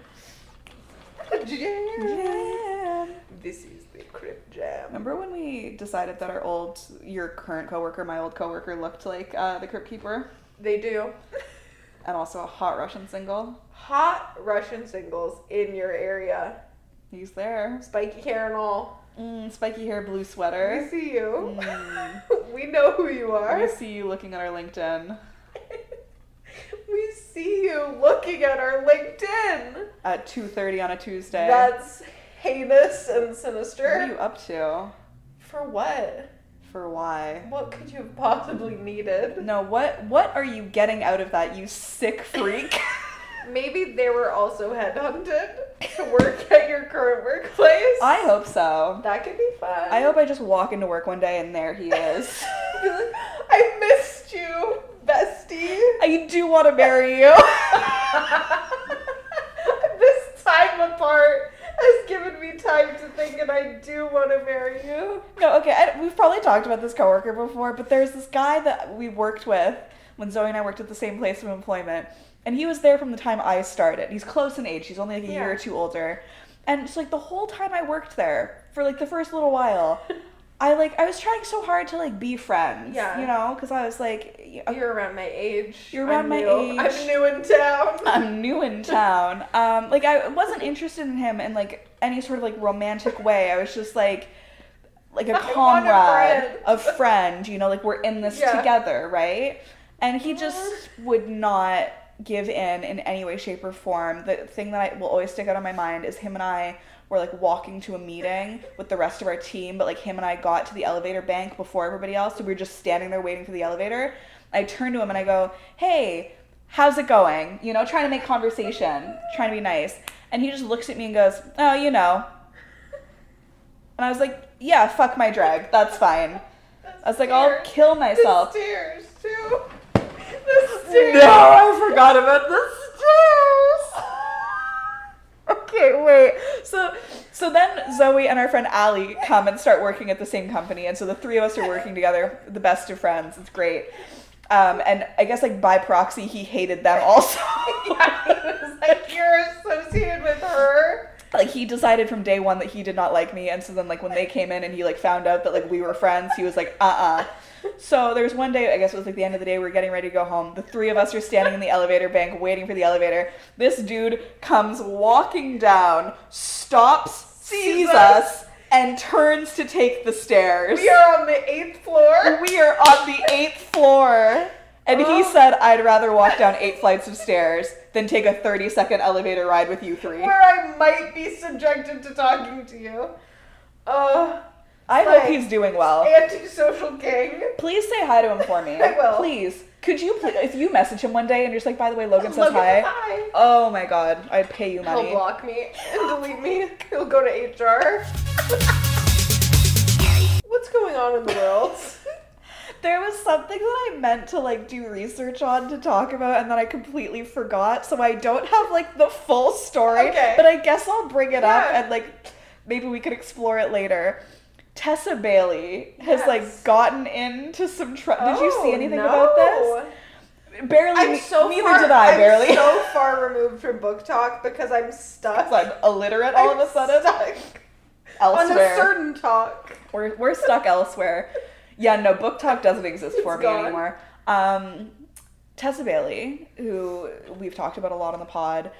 [SPEAKER 1] Breakdown.
[SPEAKER 2] Jam.
[SPEAKER 1] Yeah.
[SPEAKER 2] This is the Crip Jam.
[SPEAKER 1] Remember when we decided that our old, your current coworker, my old coworker, looked like uh, the Crypt Keeper,
[SPEAKER 2] They do.
[SPEAKER 1] and also a hot Russian single.
[SPEAKER 2] Hot Russian singles in your area.
[SPEAKER 1] He's there.
[SPEAKER 2] Spiky hair and all.
[SPEAKER 1] Mm, spiky hair, blue
[SPEAKER 2] We
[SPEAKER 1] sweater.
[SPEAKER 2] see you.
[SPEAKER 1] Mm.
[SPEAKER 2] we know who you
[SPEAKER 1] I
[SPEAKER 2] are.
[SPEAKER 1] see you looking at our LinkedIn
[SPEAKER 2] we see you looking at our LinkedIn.
[SPEAKER 1] at 2:30 on a Tuesday.
[SPEAKER 2] That's heinous
[SPEAKER 1] what are
[SPEAKER 2] and
[SPEAKER 1] you
[SPEAKER 2] sinister.
[SPEAKER 1] up to?
[SPEAKER 2] For what?
[SPEAKER 1] For why?
[SPEAKER 2] What could you have possibly needed?
[SPEAKER 1] No, what what are you getting out of that, you sick freak?
[SPEAKER 2] Maybe they were also headhunted to work at your current workplace.
[SPEAKER 1] I hope so.
[SPEAKER 2] that could be fun.
[SPEAKER 1] I hope I just walk into work one day and there he is.
[SPEAKER 2] Be like, I missed you, bestie.
[SPEAKER 1] I do want to marry you.
[SPEAKER 2] this time apart has given me time to think, and I do want to marry you.
[SPEAKER 1] No, okay. I, we've probably talked about this coworker before, but there's this guy that we worked with when Zoe and I worked at the same place of employment, and he was there from the time I started. He's close in age. He's only like a
[SPEAKER 2] Yeah.
[SPEAKER 1] year or two older, and it's like the whole time I worked there for like the first little while, I like I was trying so hard to like be friends.
[SPEAKER 2] Yeah.
[SPEAKER 1] You know, because I was like, y-
[SPEAKER 2] You're around my age.
[SPEAKER 1] You're around
[SPEAKER 2] I'm
[SPEAKER 1] my
[SPEAKER 2] new. I'm
[SPEAKER 1] age.
[SPEAKER 2] new in town.
[SPEAKER 1] I'm new in town. Um, like I wasn't interested in him in like any sort of like romantic way. I was just like like a
[SPEAKER 2] I want a
[SPEAKER 1] comrade,
[SPEAKER 2] friend.
[SPEAKER 1] a friend, you know, like we're in this
[SPEAKER 2] Yeah.
[SPEAKER 1] together, right? And he just would not give in in any way, shape, or form. The thing that I will always stick out on my mind is him and I were like walking to a meeting with the rest of our team, but like him and I got to the elevator bank before everybody else, so we were just standing there waiting for the elevator. I turn to him and I go, "Hey, how's it going?" You know, trying to make conversation, trying to be nice. And he just looks at me and goes, "Oh, you know." And I was like, "Yeah, fuck my drag. That's fine." I was like, "I'll kill myself."
[SPEAKER 2] The stairs too. The stairs.
[SPEAKER 1] No, I forgot about the stairs. okay, wait. So, so then Zoe and our friend Allie come and start working at the same company, and so the three of us are working together, the best of friends. It's great. Um, and I guess like by proxy, he hated them also.
[SPEAKER 2] Yeah, he was like, you're associated with her.
[SPEAKER 1] like he decided from day one that he did not like me, and so then like when they came in and he like found out that like we were friends, he was like, uh uh So there was one day, I guess it was like the end of the day, we were getting ready to go home. The three of us are standing in the elevator bank waiting for the elevator. This dude comes walking down, stops, sees
[SPEAKER 2] Sees us.
[SPEAKER 1] us, and turns to take the stairs.
[SPEAKER 2] We are on the eighth floor.
[SPEAKER 1] We are on the eighth floor. And he
[SPEAKER 2] Oh.
[SPEAKER 1] said, I'd rather walk down eight flights of stairs than take a 30 second elevator ride with you three.
[SPEAKER 2] Where I might be subjected to talking to you. Uh,
[SPEAKER 1] I hope
[SPEAKER 2] Like,
[SPEAKER 1] he's doing well.
[SPEAKER 2] antisocial king.
[SPEAKER 1] Please say hi to him for me.
[SPEAKER 2] I will.
[SPEAKER 1] Please. Could you please, if you message him one day and you're just like, by the way, Logan says
[SPEAKER 2] Look at
[SPEAKER 1] hi.
[SPEAKER 2] the eye.
[SPEAKER 1] Oh my god, I'd pay you
[SPEAKER 2] He'll
[SPEAKER 1] money.
[SPEAKER 2] block me and delete me. He'll go to HR. What's going on in the world?
[SPEAKER 1] There was something that I meant to like do research on to talk about and then I completely forgot, so I don't have like the full story.
[SPEAKER 2] Okay.
[SPEAKER 1] But I guess I'll bring it up
[SPEAKER 2] Yeah.
[SPEAKER 1] and like maybe we could explore it later. Tessa Bailey has
[SPEAKER 2] Yes.
[SPEAKER 1] like gotten into some trouble. Did you see
[SPEAKER 2] Oh,
[SPEAKER 1] anything
[SPEAKER 2] no.
[SPEAKER 1] about this? Barely.
[SPEAKER 2] I'm so
[SPEAKER 1] neither
[SPEAKER 2] far,
[SPEAKER 1] did I.
[SPEAKER 2] I'm
[SPEAKER 1] barely.
[SPEAKER 2] so far removed from book talk because I'm stuck.
[SPEAKER 1] So I'm illiterate all
[SPEAKER 2] I'm
[SPEAKER 1] of a sudden.
[SPEAKER 2] stuck on
[SPEAKER 1] Elsewhere.
[SPEAKER 2] a certain talk.
[SPEAKER 1] we're, we're stuck elsewhere. Yeah, no, book talk doesn't exist for
[SPEAKER 2] It's
[SPEAKER 1] me
[SPEAKER 2] gone.
[SPEAKER 1] anymore. Um, Tessa Bailey, who we've talked about a lot on the pod,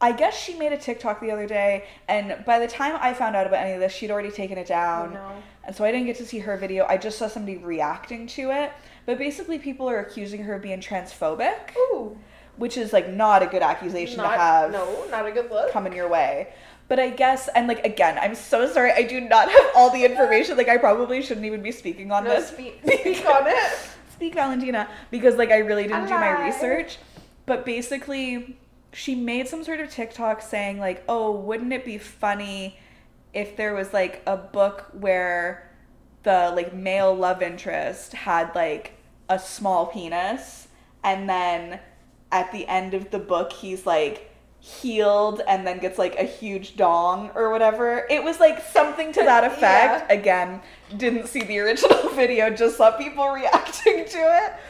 [SPEAKER 1] I guess she made a TikTok the other day, and by the time I found out about any of this, she'd already taken it down.
[SPEAKER 2] no.
[SPEAKER 1] And so I didn't get to see her video. I just saw somebody reacting to it. But basically, people are accusing her of being transphobic,
[SPEAKER 2] Ooh,
[SPEAKER 1] which is like not a good accusation
[SPEAKER 2] not,
[SPEAKER 1] to have
[SPEAKER 2] no, not a good look.
[SPEAKER 1] coming your way. But I guess, and like again, I'm so sorry. I do not have all the information. Like I probably shouldn't even be speaking on
[SPEAKER 2] No,
[SPEAKER 1] this.
[SPEAKER 2] speak, speak on it.
[SPEAKER 1] Speak Valentina because like I really didn't do my
[SPEAKER 2] Alive.
[SPEAKER 1] research. But basically, she made some sort of TikTok saying like, "Oh, wouldn't it be funny if there was like a book where the like male love interest had like a small penis and then at the end of the book he's like healed and then gets like a huge dong or whatever. It was like something to that effect.
[SPEAKER 2] Yeah.
[SPEAKER 1] Again, didn't see the original video, just saw people reacting to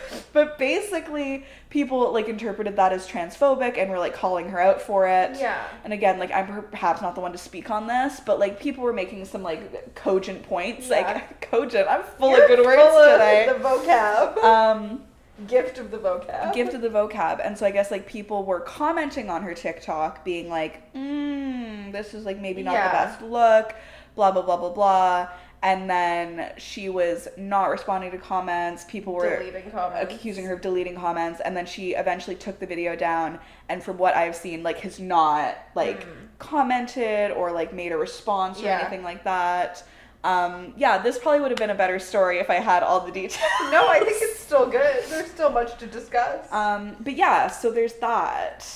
[SPEAKER 1] it. But basically, people like interpreted that as transphobic and were like calling her out for it.
[SPEAKER 2] Yeah.
[SPEAKER 1] And again, like I'm perhaps not the one to speak on this, but like people were making some like cogent points.
[SPEAKER 2] Yeah.
[SPEAKER 1] Like cogent, I'm full
[SPEAKER 2] You're
[SPEAKER 1] of good words
[SPEAKER 2] full of
[SPEAKER 1] today.
[SPEAKER 2] The vocab.
[SPEAKER 1] um
[SPEAKER 2] gift of the vocab.
[SPEAKER 1] gift of the vocab and so i guess like people were commenting on her tiktok being like mm, this is like maybe not
[SPEAKER 2] Yeah.
[SPEAKER 1] the best look blah blah blah blah blah and then she was not responding to comments people were
[SPEAKER 2] deleting comments.
[SPEAKER 1] accusing her of deleting comments and then she eventually took the video down and from what i've seen like has not like commented or like made a response or
[SPEAKER 2] Hmm. Yeah.
[SPEAKER 1] anything like that um yeah this probably would have been a better story if i had all the details
[SPEAKER 2] No, I think it's still good. There's still much to discuss.
[SPEAKER 1] um, but yeah, so there's that.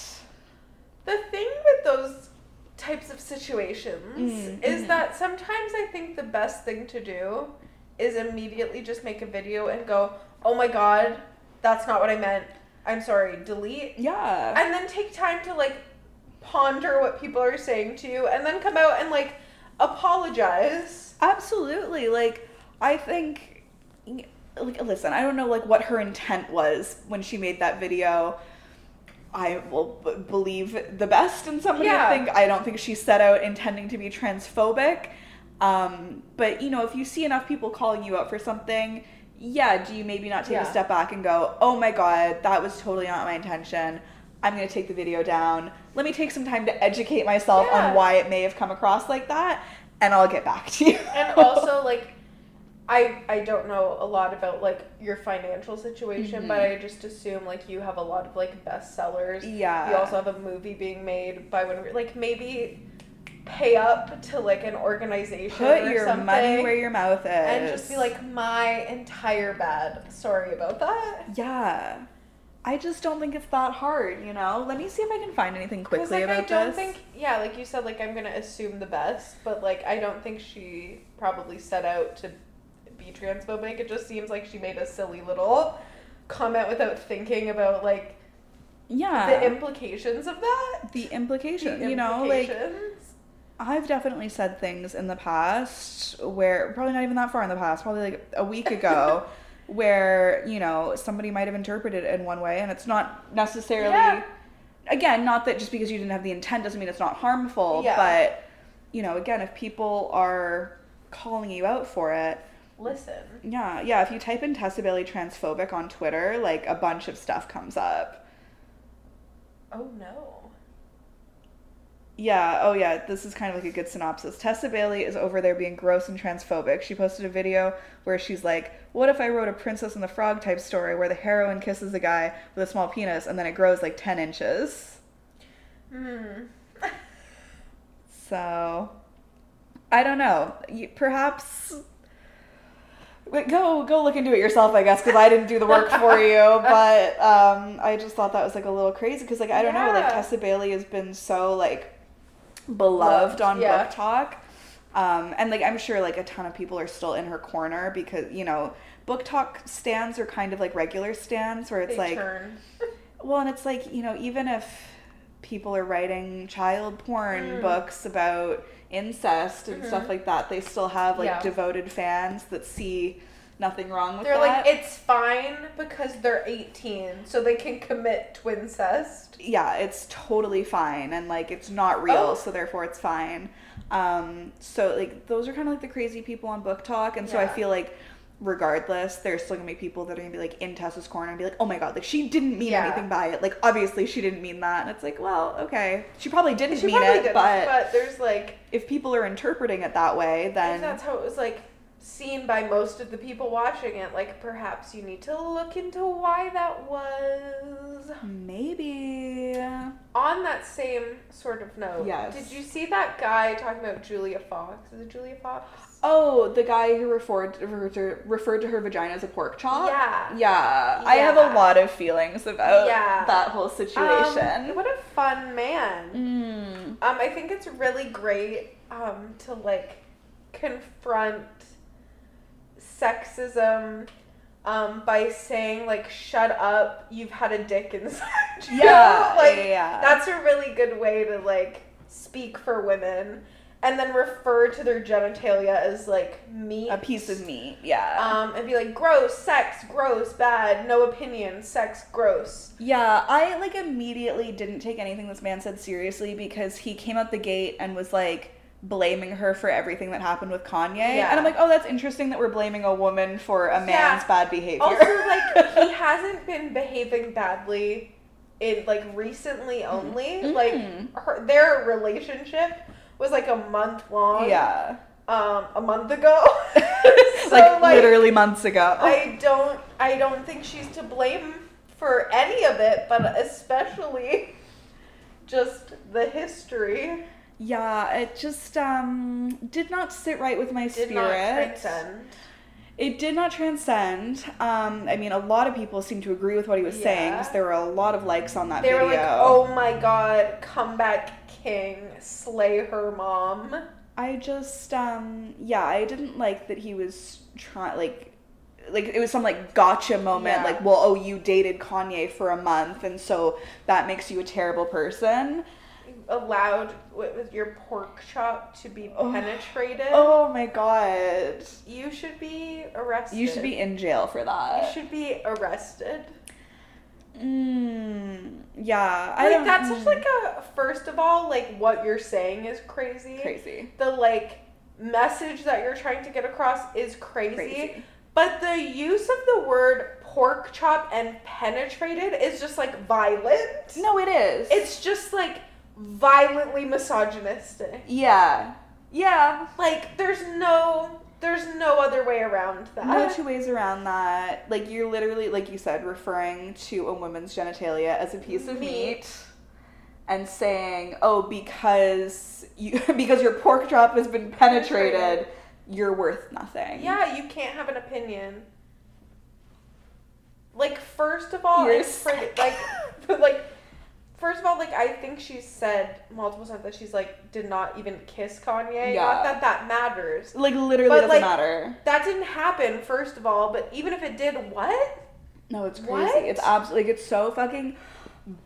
[SPEAKER 2] the thing with those types of situations
[SPEAKER 1] Mm,
[SPEAKER 2] is
[SPEAKER 1] mhm.
[SPEAKER 2] that sometimes I think the best thing to do is immediately just make a video and go, "Oh my god, that's not what I meant. I'm sorry. Delete."
[SPEAKER 1] Yeah.
[SPEAKER 2] And then take time to like ponder what people are saying to you and then come out and like apologize.
[SPEAKER 1] Absolutely. Like, I think, like, listen, I don't know, like, what her intent was when she made that video. I will b- believe the best in somebody.
[SPEAKER 2] Yeah.
[SPEAKER 1] I think I don't think she set out intending to be transphobic. Um, but you know, if you see enough people calling you out for something, yeah, do you maybe not take
[SPEAKER 2] Yeah.
[SPEAKER 1] a step back and go, "Oh my god, that was totally not my intention. I'm going to take the video down. Let me take some time to educate myself
[SPEAKER 2] Yeah.
[SPEAKER 1] on why it may have come across like that, and I'll get back to you."
[SPEAKER 2] and also like I I don't know a lot about like your financial situation, but I just assume like you have a lot of like bestsellers.
[SPEAKER 1] Yeah.
[SPEAKER 2] You also have a movie being made by one like maybe pay up to like an organization
[SPEAKER 1] put
[SPEAKER 2] or
[SPEAKER 1] your
[SPEAKER 2] something
[SPEAKER 1] money where your mouth is
[SPEAKER 2] and just be like my entire bad. Sorry about that.
[SPEAKER 1] yeah i just don't think it's that hard you know let me see if i can find anything
[SPEAKER 2] Because
[SPEAKER 1] quickly
[SPEAKER 2] like
[SPEAKER 1] about
[SPEAKER 2] I don't
[SPEAKER 1] this
[SPEAKER 2] think yeah, like you said, like I'm gonna assume the best, but like I don't think she probably set out to be transphobic. It just seems like she made a silly little comment without thinking about like
[SPEAKER 1] yeah
[SPEAKER 2] the implications of that.
[SPEAKER 1] the
[SPEAKER 2] The
[SPEAKER 1] implication you know like
[SPEAKER 2] implications.
[SPEAKER 1] i've definitely said things in the past where probably not even that far in the past probably like a week ago where you know somebody might have interpreted it in one way and it's not necessarily
[SPEAKER 2] Yeah.
[SPEAKER 1] again not that just because you didn't have the intent doesn't mean it's not harmful
[SPEAKER 2] Yeah.
[SPEAKER 1] but you know again if people are calling you out for it
[SPEAKER 2] listen.
[SPEAKER 1] Yeah, yeah. If you type in Tessa Bailey transphobic on Twitter, like a bunch of stuff comes up.
[SPEAKER 2] Oh no.
[SPEAKER 1] Yeah, oh yeah, this is kind of like a good synopsis. Tessa Bailey is over there being gross and transphobic. She posted a video where she's like, What if I wrote a Princess and the Frog type story where the heroine kisses a guy with a small penis and then it grows like 10 inches?
[SPEAKER 2] Hmm.
[SPEAKER 1] So, I don't know. You, perhaps. Wait, Go go look into it yourself, I guess, because I didn't do the work for you. But um, I just thought that was like a little crazy because like I don't know,
[SPEAKER 2] Yeah.
[SPEAKER 1] like Tessa Bailey has been so like beloved
[SPEAKER 2] Loved,
[SPEAKER 1] on
[SPEAKER 2] yeah.
[SPEAKER 1] book talk, um, and like I'm sure like a ton of people are still in her corner because you know book talk stands are kind of like regular stands where it's
[SPEAKER 2] they
[SPEAKER 1] like
[SPEAKER 2] turn.
[SPEAKER 1] well, and it's like, you know, even if people are writing child porn
[SPEAKER 2] Mm.
[SPEAKER 1] books about incest and stuff
[SPEAKER 2] Mhm.
[SPEAKER 1] like that, they still have like
[SPEAKER 2] Yeah.
[SPEAKER 1] devoted fans that see nothing wrong with
[SPEAKER 2] They're
[SPEAKER 1] that.
[SPEAKER 2] like it's fine because they're 18, so they can commit twincest.
[SPEAKER 1] yeah, it's totally fine and like it's not real,
[SPEAKER 2] Oh.
[SPEAKER 1] so therefore it's fine. Um, so like those are kind of like the crazy people on book talk, and so I
[SPEAKER 2] Yeah.
[SPEAKER 1] feel like regardless, there's still gonna be people that are gonna be like in Tessa's corner and be like, oh my god, like she didn't mean
[SPEAKER 2] Yeah.
[SPEAKER 1] anything by it. Like obviously she didn't mean that, and it's like, well, okay, she probably didn't
[SPEAKER 2] She
[SPEAKER 1] mean
[SPEAKER 2] probably
[SPEAKER 1] it,
[SPEAKER 2] didn't,
[SPEAKER 1] but,
[SPEAKER 2] but there's like
[SPEAKER 1] if people are interpreting it that way,
[SPEAKER 2] if
[SPEAKER 1] then
[SPEAKER 2] that's how it was like seen by most of the people watching it like perhaps you need to look into why that was
[SPEAKER 1] maybe
[SPEAKER 2] on that same sort of note
[SPEAKER 1] Yes.
[SPEAKER 2] did you see that guy talking about julia fox is it julia fox
[SPEAKER 1] Oh, the guy who referred referred to, referred to her vagina as a pork chop.
[SPEAKER 2] yeah
[SPEAKER 1] Yeah, I have a
[SPEAKER 2] Yeah.
[SPEAKER 1] lot of feelings about
[SPEAKER 2] Yeah.
[SPEAKER 1] that whole
[SPEAKER 2] Um,
[SPEAKER 1] situation.
[SPEAKER 2] what a fun man
[SPEAKER 1] Mm.
[SPEAKER 2] um i think it's really great um, to like confront sexism um, by saying like "shut up," you've had a dick inside. you."
[SPEAKER 1] Yeah,
[SPEAKER 2] like
[SPEAKER 1] yeah, yeah.
[SPEAKER 2] that's a really good way to like speak for women, and then refer to their genitalia as like meat.
[SPEAKER 1] a piece of meat. Yeah.
[SPEAKER 2] Um, and be like, gross, sex, gross, bad, no opinion, sex, gross.
[SPEAKER 1] yeah, I like immediately didn't take anything this man said seriously because he came out the gate and was like blaming her for everything that happened with Kanye.
[SPEAKER 2] Yeah.
[SPEAKER 1] And I'm like, "Oh, that's interesting that we're blaming a woman for a man's
[SPEAKER 2] Yeah.
[SPEAKER 1] bad behavior."
[SPEAKER 2] Also, like he hasn't been behaving badly in like recently
[SPEAKER 1] Mm-hmm.
[SPEAKER 2] only.
[SPEAKER 1] Mhm.
[SPEAKER 2] Like her, their relationship was like a month long.
[SPEAKER 1] yeah.
[SPEAKER 2] Um, a month ago. so
[SPEAKER 1] like,
[SPEAKER 2] like,
[SPEAKER 1] literally months ago.
[SPEAKER 2] I don't. I don't think she's to blame for any of it, but especially just the history
[SPEAKER 1] yeah, it just um did not sit right with my
[SPEAKER 2] did
[SPEAKER 1] spirit.
[SPEAKER 2] not transcend.
[SPEAKER 1] It did not transcend. Um, I mean, a lot of people seem to agree with what he was saying
[SPEAKER 2] Yeah.
[SPEAKER 1] because there were a lot of likes on that
[SPEAKER 2] They
[SPEAKER 1] video.
[SPEAKER 2] were like, "Oh my god, comeback king, slay her mom."
[SPEAKER 1] I just, um, yeah, I didn't like that he was trying, like, like it was some like gotcha moment,
[SPEAKER 2] Yeah.
[SPEAKER 1] like, well, oh, you dated Kanye for a month, and so that makes you a terrible person.
[SPEAKER 2] allowed with with your pork chop to be
[SPEAKER 1] Oh.
[SPEAKER 2] penetrated,
[SPEAKER 1] Oh my god,
[SPEAKER 2] you should be arrested.
[SPEAKER 1] you should be in jail for
[SPEAKER 2] You
[SPEAKER 1] that.
[SPEAKER 2] should be arrested.
[SPEAKER 1] Mm, yeah, I
[SPEAKER 2] like
[SPEAKER 1] don't.
[SPEAKER 2] that's just
[SPEAKER 1] mm,
[SPEAKER 2] like a first of all, like what you're saying is crazy.
[SPEAKER 1] crazy.
[SPEAKER 2] The like message that you're trying to get across is crazy.
[SPEAKER 1] Crazy.
[SPEAKER 2] But the use of the word pork chop and penetrated is just like violent.
[SPEAKER 1] No, it is.
[SPEAKER 2] It's just like violently misogynistic.
[SPEAKER 1] yeah, yeah.
[SPEAKER 2] Like there's no there's no other way around that.
[SPEAKER 1] No two ways around that. Like you're literally, like you said, referring to a woman's genitalia as a piece
[SPEAKER 2] Mm-hmm.
[SPEAKER 1] of meat, and saying, "Oh, because you because your pork chop has been penetrated, you're worth nothing."
[SPEAKER 2] Yeah, you can't have an opinion. Like first of all,
[SPEAKER 1] You're
[SPEAKER 2] it's pretty,
[SPEAKER 1] sick.
[SPEAKER 2] like but, like first of all, like I think she said multiple times that she's like did not even kiss Kanye.
[SPEAKER 1] Yeah.
[SPEAKER 2] Not that that matters.
[SPEAKER 1] Like literally
[SPEAKER 2] But,
[SPEAKER 1] doesn't
[SPEAKER 2] like-
[SPEAKER 1] matter.
[SPEAKER 2] That didn't happen first of all, but even if it did, what?
[SPEAKER 1] No, it's crazy.
[SPEAKER 2] What?
[SPEAKER 1] It's absolutely like it's so fucking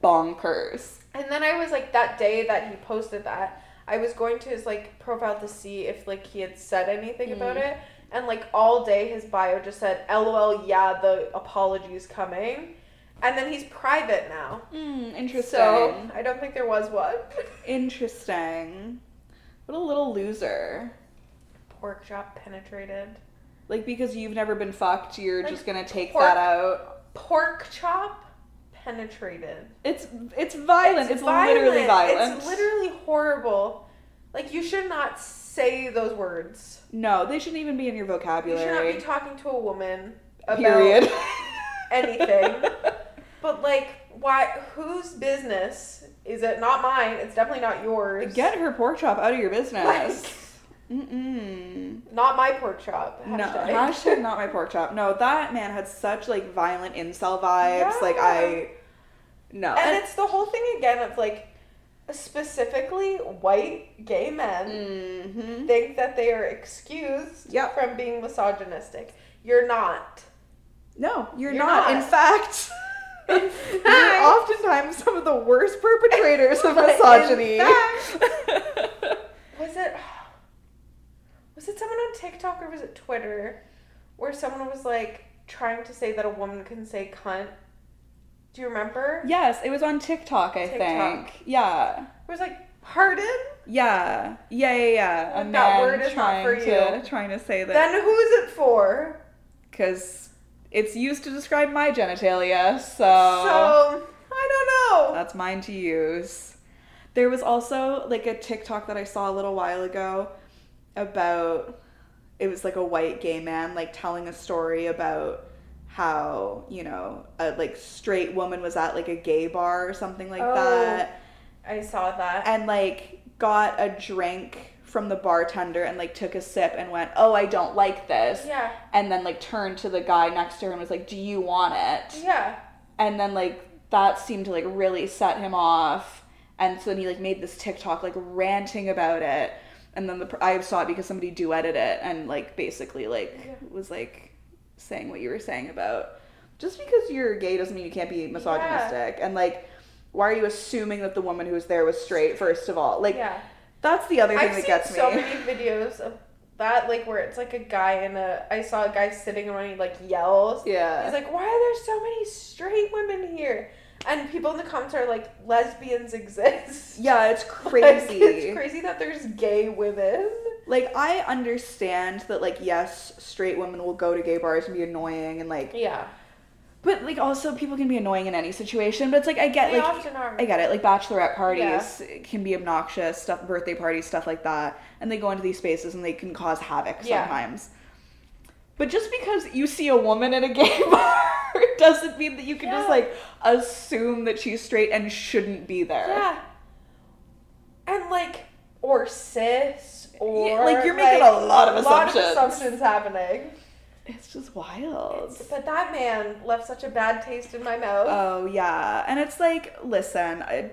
[SPEAKER 1] bonkers.
[SPEAKER 2] And then I was like that day that he posted that, I was going to his like profile to see if like he had said anything about
[SPEAKER 1] Mm.
[SPEAKER 2] it. And like all day his bio just said, LOL, yeah, the apology's coming. And then he's private now.
[SPEAKER 1] Mm, interesting.
[SPEAKER 2] So I don't think there was one.
[SPEAKER 1] Interesting. What a little loser.
[SPEAKER 2] Pork chop penetrated.
[SPEAKER 1] Like because you've never been fucked, you're
[SPEAKER 2] Like,
[SPEAKER 1] just gonna take
[SPEAKER 2] pork-
[SPEAKER 1] that out.
[SPEAKER 2] Pork chop penetrated.
[SPEAKER 1] It's it's violent. It's, literally violent.
[SPEAKER 2] It's literally horrible. Like you should not say those words.
[SPEAKER 1] no, they shouldn't even be in your
[SPEAKER 2] You should
[SPEAKER 1] vocabulary.
[SPEAKER 2] not be talking to a woman about
[SPEAKER 1] period.
[SPEAKER 2] anything. But like, why? Whose business is it? Not mine. It's definitely not yours.
[SPEAKER 1] Get her pork chop out of your
[SPEAKER 2] Like,
[SPEAKER 1] business. Mm-mm.
[SPEAKER 2] not my pork chop.
[SPEAKER 1] No,
[SPEAKER 2] Hashtag.
[SPEAKER 1] hashtag not my pork chop. No, that man had such like violent incel vibes. Like I, no,
[SPEAKER 2] And it's the whole thing again of like, specifically white gay men
[SPEAKER 1] hmm
[SPEAKER 2] think that they are excused
[SPEAKER 1] Yep.
[SPEAKER 2] from being misogynistic. You're not.
[SPEAKER 1] no, you're,
[SPEAKER 2] You're
[SPEAKER 1] not. In
[SPEAKER 2] not.
[SPEAKER 1] fact,
[SPEAKER 2] In
[SPEAKER 1] you're
[SPEAKER 2] fact-
[SPEAKER 1] oftentimes some of the worst perpetrators of
[SPEAKER 2] But in
[SPEAKER 1] misogyny.
[SPEAKER 2] Was it? Was it someone on TikTok or was it Twitter, where someone was like trying to say that a woman can say cunt? Do you remember?
[SPEAKER 1] Yes, it was on TikTok, I
[SPEAKER 2] TikTok.
[SPEAKER 1] think. Yeah.
[SPEAKER 2] It was like pardon.
[SPEAKER 1] Yeah. Yeah, yeah, yeah. A
[SPEAKER 2] That
[SPEAKER 1] man
[SPEAKER 2] word is not
[SPEAKER 1] trying
[SPEAKER 2] for
[SPEAKER 1] to
[SPEAKER 2] you.
[SPEAKER 1] trying to say that
[SPEAKER 2] Then who is it for?
[SPEAKER 1] cuz it's used to describe my genitalia, so, Oh.
[SPEAKER 2] So I don't know.
[SPEAKER 1] that's mine to use. There was also like a TikTok that I saw a little while ago about it was like a white gay man like telling a story about how, you know, a like straight woman was at like a gay bar or something like
[SPEAKER 2] Oh.
[SPEAKER 1] that
[SPEAKER 2] I saw that.
[SPEAKER 1] and like got a drink from the bartender and like took a sip and went, "Oh, I don't like this."
[SPEAKER 2] Yeah.
[SPEAKER 1] And then like turned to the guy next to her and was like, "Do you want it?"
[SPEAKER 2] Yeah.
[SPEAKER 1] And then like that seemed to like really set him off. And so then he like made this TikTok like ranting about it. and then the pr- I saw it because somebody duetted it and like basically like
[SPEAKER 2] Yeah.
[SPEAKER 1] was like saying what you were saying about just because you're gay doesn't mean you can't be misogynistic and like why are you assuming that the woman who was there was straight first of all like
[SPEAKER 2] yeah.
[SPEAKER 1] that's the other thing
[SPEAKER 2] I've
[SPEAKER 1] that gets
[SPEAKER 2] seen so
[SPEAKER 1] me
[SPEAKER 2] many videos of that, like where it's like a guy in a. I saw a guy sitting around, he like yells.
[SPEAKER 1] yeah
[SPEAKER 2] He's like, why are there so many straight women here? And people in the comments are like, lesbians exist.
[SPEAKER 1] yeah it's
[SPEAKER 2] Like,
[SPEAKER 1] crazy
[SPEAKER 2] it's crazy that there's gay women.
[SPEAKER 1] like I understand that like yes straight women will go to gay bars and be annoying and like
[SPEAKER 2] Yeah.
[SPEAKER 1] but like also people can be annoying in any situation but it's like I get
[SPEAKER 2] they
[SPEAKER 1] like
[SPEAKER 2] often are.
[SPEAKER 1] I get it. Like bachelorette parties
[SPEAKER 2] Yeah.
[SPEAKER 1] can be obnoxious, stuff, birthday parties, stuff like that, and they go into these spaces and they can cause havoc
[SPEAKER 2] Yeah.
[SPEAKER 1] sometimes. But just because you see a woman in a gay bar doesn't mean that you can just
[SPEAKER 2] Yeah.
[SPEAKER 1] like assume that she's straight and shouldn't be there.
[SPEAKER 2] yeah. And like, or cis, or.
[SPEAKER 1] like, you're making a lot of assumptions.
[SPEAKER 2] lot of assumptions happening.
[SPEAKER 1] It's just wild.
[SPEAKER 2] But that man left such a bad taste in my mouth.
[SPEAKER 1] oh yeah, and it's like, listen, I,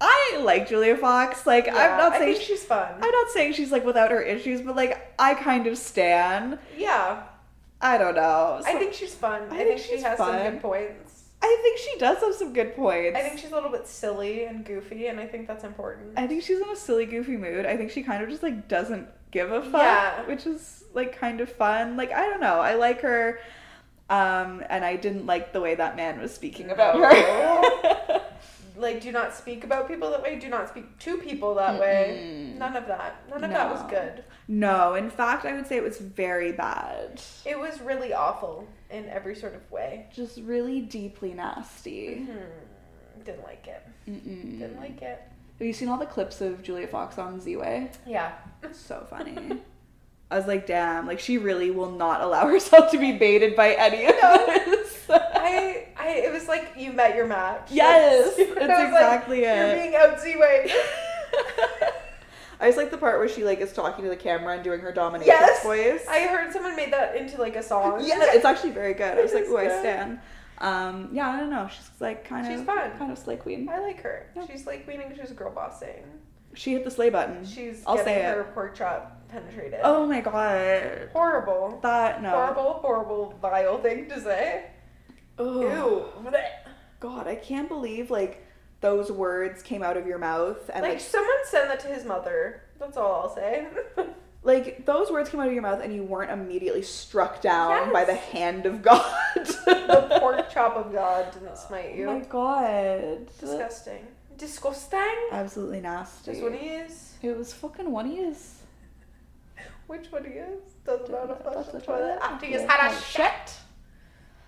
[SPEAKER 1] I like Julia Fox. Like
[SPEAKER 2] Yeah,
[SPEAKER 1] I'm not
[SPEAKER 2] I
[SPEAKER 1] saying
[SPEAKER 2] think
[SPEAKER 1] she-
[SPEAKER 2] she's fun.
[SPEAKER 1] I'm not saying she's like without her issues, but like I kind of stan.
[SPEAKER 2] yeah,
[SPEAKER 1] I don't know.
[SPEAKER 2] I
[SPEAKER 1] So-
[SPEAKER 2] think she's fun. I, think, she
[SPEAKER 1] she's
[SPEAKER 2] has some
[SPEAKER 1] fun.
[SPEAKER 2] good points.
[SPEAKER 1] I think she does have some good points.
[SPEAKER 2] I think she's a little bit silly and goofy, and I think that's important.
[SPEAKER 1] I think she's in a silly, goofy mood. I think she kind of just like doesn't give a fuck,
[SPEAKER 2] Yeah.
[SPEAKER 1] which is like kind of fun. Like I don't know, I like her, um, and I didn't like the way that man was speaking about her.
[SPEAKER 2] like, do not speak about people that way. Do not speak to people that way.
[SPEAKER 1] Mm-mm.
[SPEAKER 2] None of that. None of that was
[SPEAKER 1] No.
[SPEAKER 2] good.
[SPEAKER 1] no, in fact, I would say it was very bad.
[SPEAKER 2] It was really awful in every sort of way.
[SPEAKER 1] Just really deeply nasty.
[SPEAKER 2] Hmm. Didn't like it.
[SPEAKER 1] Mm-mm.
[SPEAKER 2] Didn't like it.
[SPEAKER 1] Have you seen all the clips of Julia Fox on Z-Way?
[SPEAKER 2] Yeah.
[SPEAKER 1] So funny. I was like, damn, like she really will not allow herself to be baited by any of
[SPEAKER 2] No.
[SPEAKER 1] this.
[SPEAKER 2] I, I, it was like you met your match.
[SPEAKER 1] Yes,
[SPEAKER 2] It
[SPEAKER 1] that's
[SPEAKER 2] was like,
[SPEAKER 1] exactly
[SPEAKER 2] You're
[SPEAKER 1] it.
[SPEAKER 2] being out Z-way.
[SPEAKER 1] I just like the part where she like is talking to the camera and doing her dominatrix
[SPEAKER 2] Yes,
[SPEAKER 1] voice.
[SPEAKER 2] I heard someone made that into like a song.
[SPEAKER 1] yeah, it's actually very good. I was
[SPEAKER 2] It
[SPEAKER 1] like,
[SPEAKER 2] is
[SPEAKER 1] ooh, I
[SPEAKER 2] good.
[SPEAKER 1] stand. Um, yeah, I don't know. She's like kind
[SPEAKER 2] She's
[SPEAKER 1] of
[SPEAKER 2] fun.
[SPEAKER 1] kind of slay queen.
[SPEAKER 2] I like her.
[SPEAKER 1] Yeah.
[SPEAKER 2] She's like meaning she's girl bossing.
[SPEAKER 1] She hit the slay button.
[SPEAKER 2] She's
[SPEAKER 1] I'll
[SPEAKER 2] getting
[SPEAKER 1] say
[SPEAKER 2] her
[SPEAKER 1] it.
[SPEAKER 2] pork chop penetrated.
[SPEAKER 1] Oh my god,
[SPEAKER 2] horrible,
[SPEAKER 1] that no.
[SPEAKER 2] horrible, horrible, vile thing to say.
[SPEAKER 1] Ugh.
[SPEAKER 2] Ew. Blech.
[SPEAKER 1] God, I can't believe like those words came out of your mouth and
[SPEAKER 2] Like
[SPEAKER 1] like
[SPEAKER 2] someone send that to his mother. That's all I'll say.
[SPEAKER 1] like those words came out of your mouth and you weren't immediately struck down
[SPEAKER 2] Yes.
[SPEAKER 1] by the hand of God.
[SPEAKER 2] the pork chop of God didn't smite you.
[SPEAKER 1] Oh my god.
[SPEAKER 2] Disgusting. Disgusting.
[SPEAKER 1] Absolutely nasty.
[SPEAKER 2] Just what he is.
[SPEAKER 1] It was fucking one of his.
[SPEAKER 2] Which one he is? Doesn't
[SPEAKER 1] Doesn't
[SPEAKER 2] matter.
[SPEAKER 1] matter,
[SPEAKER 2] Flush the
[SPEAKER 1] flush the
[SPEAKER 2] toilet.
[SPEAKER 1] toilet.
[SPEAKER 2] After
[SPEAKER 1] Yeah,
[SPEAKER 2] he's had a
[SPEAKER 1] flush.
[SPEAKER 2] shit.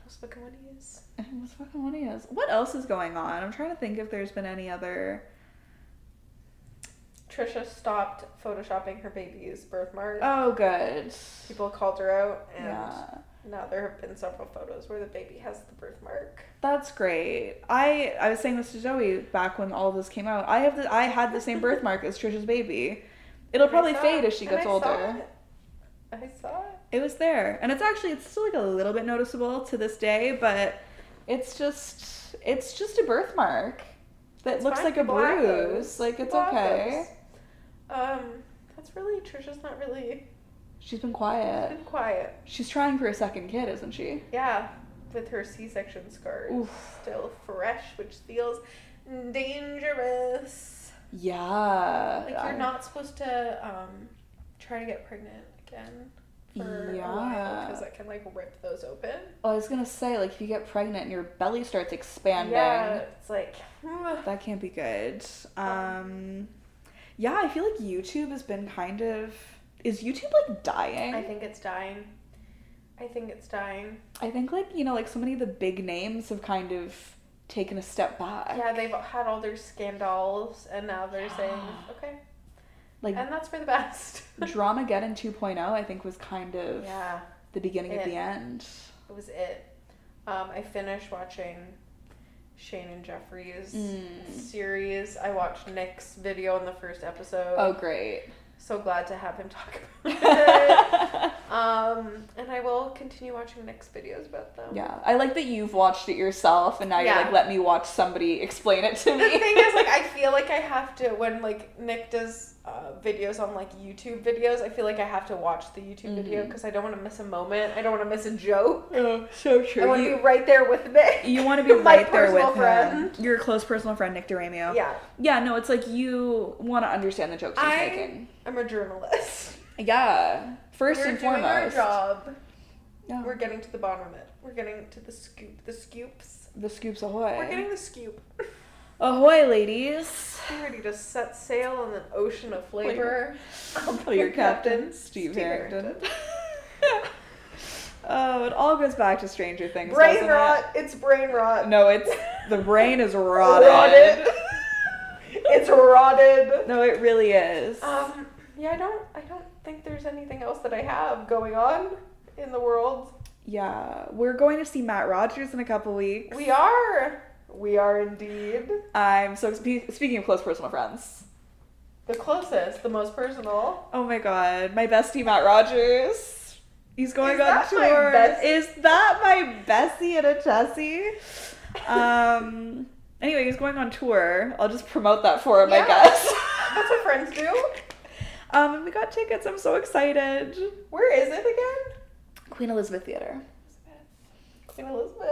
[SPEAKER 2] Just fucking what he is.
[SPEAKER 1] It was fucking one of his. What else is going on? I'm trying to think if there's been any other.
[SPEAKER 2] Trisha stopped photoshopping her baby's birthmark.
[SPEAKER 1] Oh, good.
[SPEAKER 2] People called her out, and
[SPEAKER 1] Yeah.
[SPEAKER 2] now there have been several photos where the baby has the birthmark.
[SPEAKER 1] That's great. I I was saying this to Zoe back when all this came out. I have the I had the same birthmark as Trisha's baby. It'll
[SPEAKER 2] And I
[SPEAKER 1] probably
[SPEAKER 2] saw
[SPEAKER 1] fade
[SPEAKER 2] it,
[SPEAKER 1] as she
[SPEAKER 2] and
[SPEAKER 1] gets
[SPEAKER 2] I
[SPEAKER 1] older.
[SPEAKER 2] saw it. I saw it.
[SPEAKER 1] it was there and it's actually it's still like a little bit noticeable to this day but it's just it's just a birthmark that
[SPEAKER 2] It's
[SPEAKER 1] looks
[SPEAKER 2] fine,
[SPEAKER 1] like a
[SPEAKER 2] people have
[SPEAKER 1] bruise
[SPEAKER 2] those.
[SPEAKER 1] like it's
[SPEAKER 2] People have
[SPEAKER 1] okay
[SPEAKER 2] those. Um, that's really Trisha's not really
[SPEAKER 1] she's been quiet
[SPEAKER 2] been quiet.
[SPEAKER 1] she's trying for a second kid isn't she
[SPEAKER 2] Yeah, with her C-section scar
[SPEAKER 1] Oof.
[SPEAKER 2] still fresh, which feels dangerous.
[SPEAKER 1] yeah
[SPEAKER 2] Like
[SPEAKER 1] Uh, I-
[SPEAKER 2] you're not supposed to um try to get pregnant again for a while
[SPEAKER 1] Yeah.
[SPEAKER 2] because that can like rip those open.
[SPEAKER 1] oh, i was gonna say like if you get pregnant and your belly starts expanding
[SPEAKER 2] yeah, it's like
[SPEAKER 1] that can't be good
[SPEAKER 2] Oh.
[SPEAKER 1] um yeah i feel like youtube has been kind of is youtube like dying
[SPEAKER 2] I think it's dying. I think it's dying.
[SPEAKER 1] I think like you know like so many of the big names have kind of taken a step back.
[SPEAKER 2] Yeah, they've had all their scandals and now they're saying okay,
[SPEAKER 1] Like
[SPEAKER 2] and that's for the best.
[SPEAKER 1] Dramageddon 2.0 I think was kind of
[SPEAKER 2] yeah,
[SPEAKER 1] the beginning of
[SPEAKER 2] It-
[SPEAKER 1] the end.
[SPEAKER 2] it was it. Um, I finished watching Shane and Jeffrey's
[SPEAKER 1] Mm.
[SPEAKER 2] series. I watched Nick's video in the first episode.
[SPEAKER 1] Oh great.
[SPEAKER 2] So glad to have him talk about it. it. Um, and I will continue watching Nick's videos about them.
[SPEAKER 1] Yeah, I like that you've watched it yourself, and now
[SPEAKER 2] Yeah.
[SPEAKER 1] you're like, let me watch somebody explain it to
[SPEAKER 2] The
[SPEAKER 1] me.
[SPEAKER 2] thing is, like, I feel like I have to when like Nick does uh, videos on like YouTube videos. I feel like I have to watch the YouTube video
[SPEAKER 1] Mhm.
[SPEAKER 2] because I don't want to miss a moment. I don't want to miss a joke.
[SPEAKER 1] oh, so
[SPEAKER 2] I want to be right there with Nick.
[SPEAKER 1] You want to be
[SPEAKER 2] My
[SPEAKER 1] right there
[SPEAKER 2] personal
[SPEAKER 1] with
[SPEAKER 2] friend.
[SPEAKER 1] him. Your close personal friend, Nick DeRamio.
[SPEAKER 2] Yeah,
[SPEAKER 1] Yeah, no, it's like you want to understand the jokes he's
[SPEAKER 2] I-
[SPEAKER 1] making.
[SPEAKER 2] I'm a journalist.
[SPEAKER 1] Yeah, 1st
[SPEAKER 2] We're
[SPEAKER 1] and
[SPEAKER 2] doing
[SPEAKER 1] foremost.
[SPEAKER 2] our job.
[SPEAKER 1] Yeah.
[SPEAKER 2] We're getting to the bottom of it. We're getting to the scoop. The scoops.
[SPEAKER 1] the scoops ahoy.
[SPEAKER 2] We're getting the scoop.
[SPEAKER 1] ahoy, ladies.
[SPEAKER 2] We're ready to set sail on an ocean of flavor.
[SPEAKER 1] Oh, your captain, Steve, Harrington. oh, it all goes back to Stranger Things.
[SPEAKER 2] Brain
[SPEAKER 1] doesn't
[SPEAKER 2] rot. It's brain
[SPEAKER 1] It?
[SPEAKER 2] rot.
[SPEAKER 1] No, it's the brain is rotted.
[SPEAKER 2] it's rotted.
[SPEAKER 1] No, it really is.
[SPEAKER 2] Um. Yeah, I don't. I don't think there's anything else that I have going on in the world.
[SPEAKER 1] yeah, we're going to see Matt Rogers in a couple weeks.
[SPEAKER 2] We are. We are indeed
[SPEAKER 1] I'm so spe- speaking of close personal friends.
[SPEAKER 2] the closest, the most personal.
[SPEAKER 1] Oh my god, my bestie Matt Rogers. He's going
[SPEAKER 2] Is
[SPEAKER 1] on
[SPEAKER 2] that my
[SPEAKER 1] tour.
[SPEAKER 2] best-
[SPEAKER 1] Is that my Bessie and a Jessie? Um. anyway, he's going on tour. I'll just promote that for him,
[SPEAKER 2] Yeah.
[SPEAKER 1] I guess.
[SPEAKER 2] That's what friends do.
[SPEAKER 1] Um, and we got tickets. I'm so excited.
[SPEAKER 2] Where is it again?
[SPEAKER 1] Queen Elizabeth Theater.
[SPEAKER 2] Queen Elizabeth.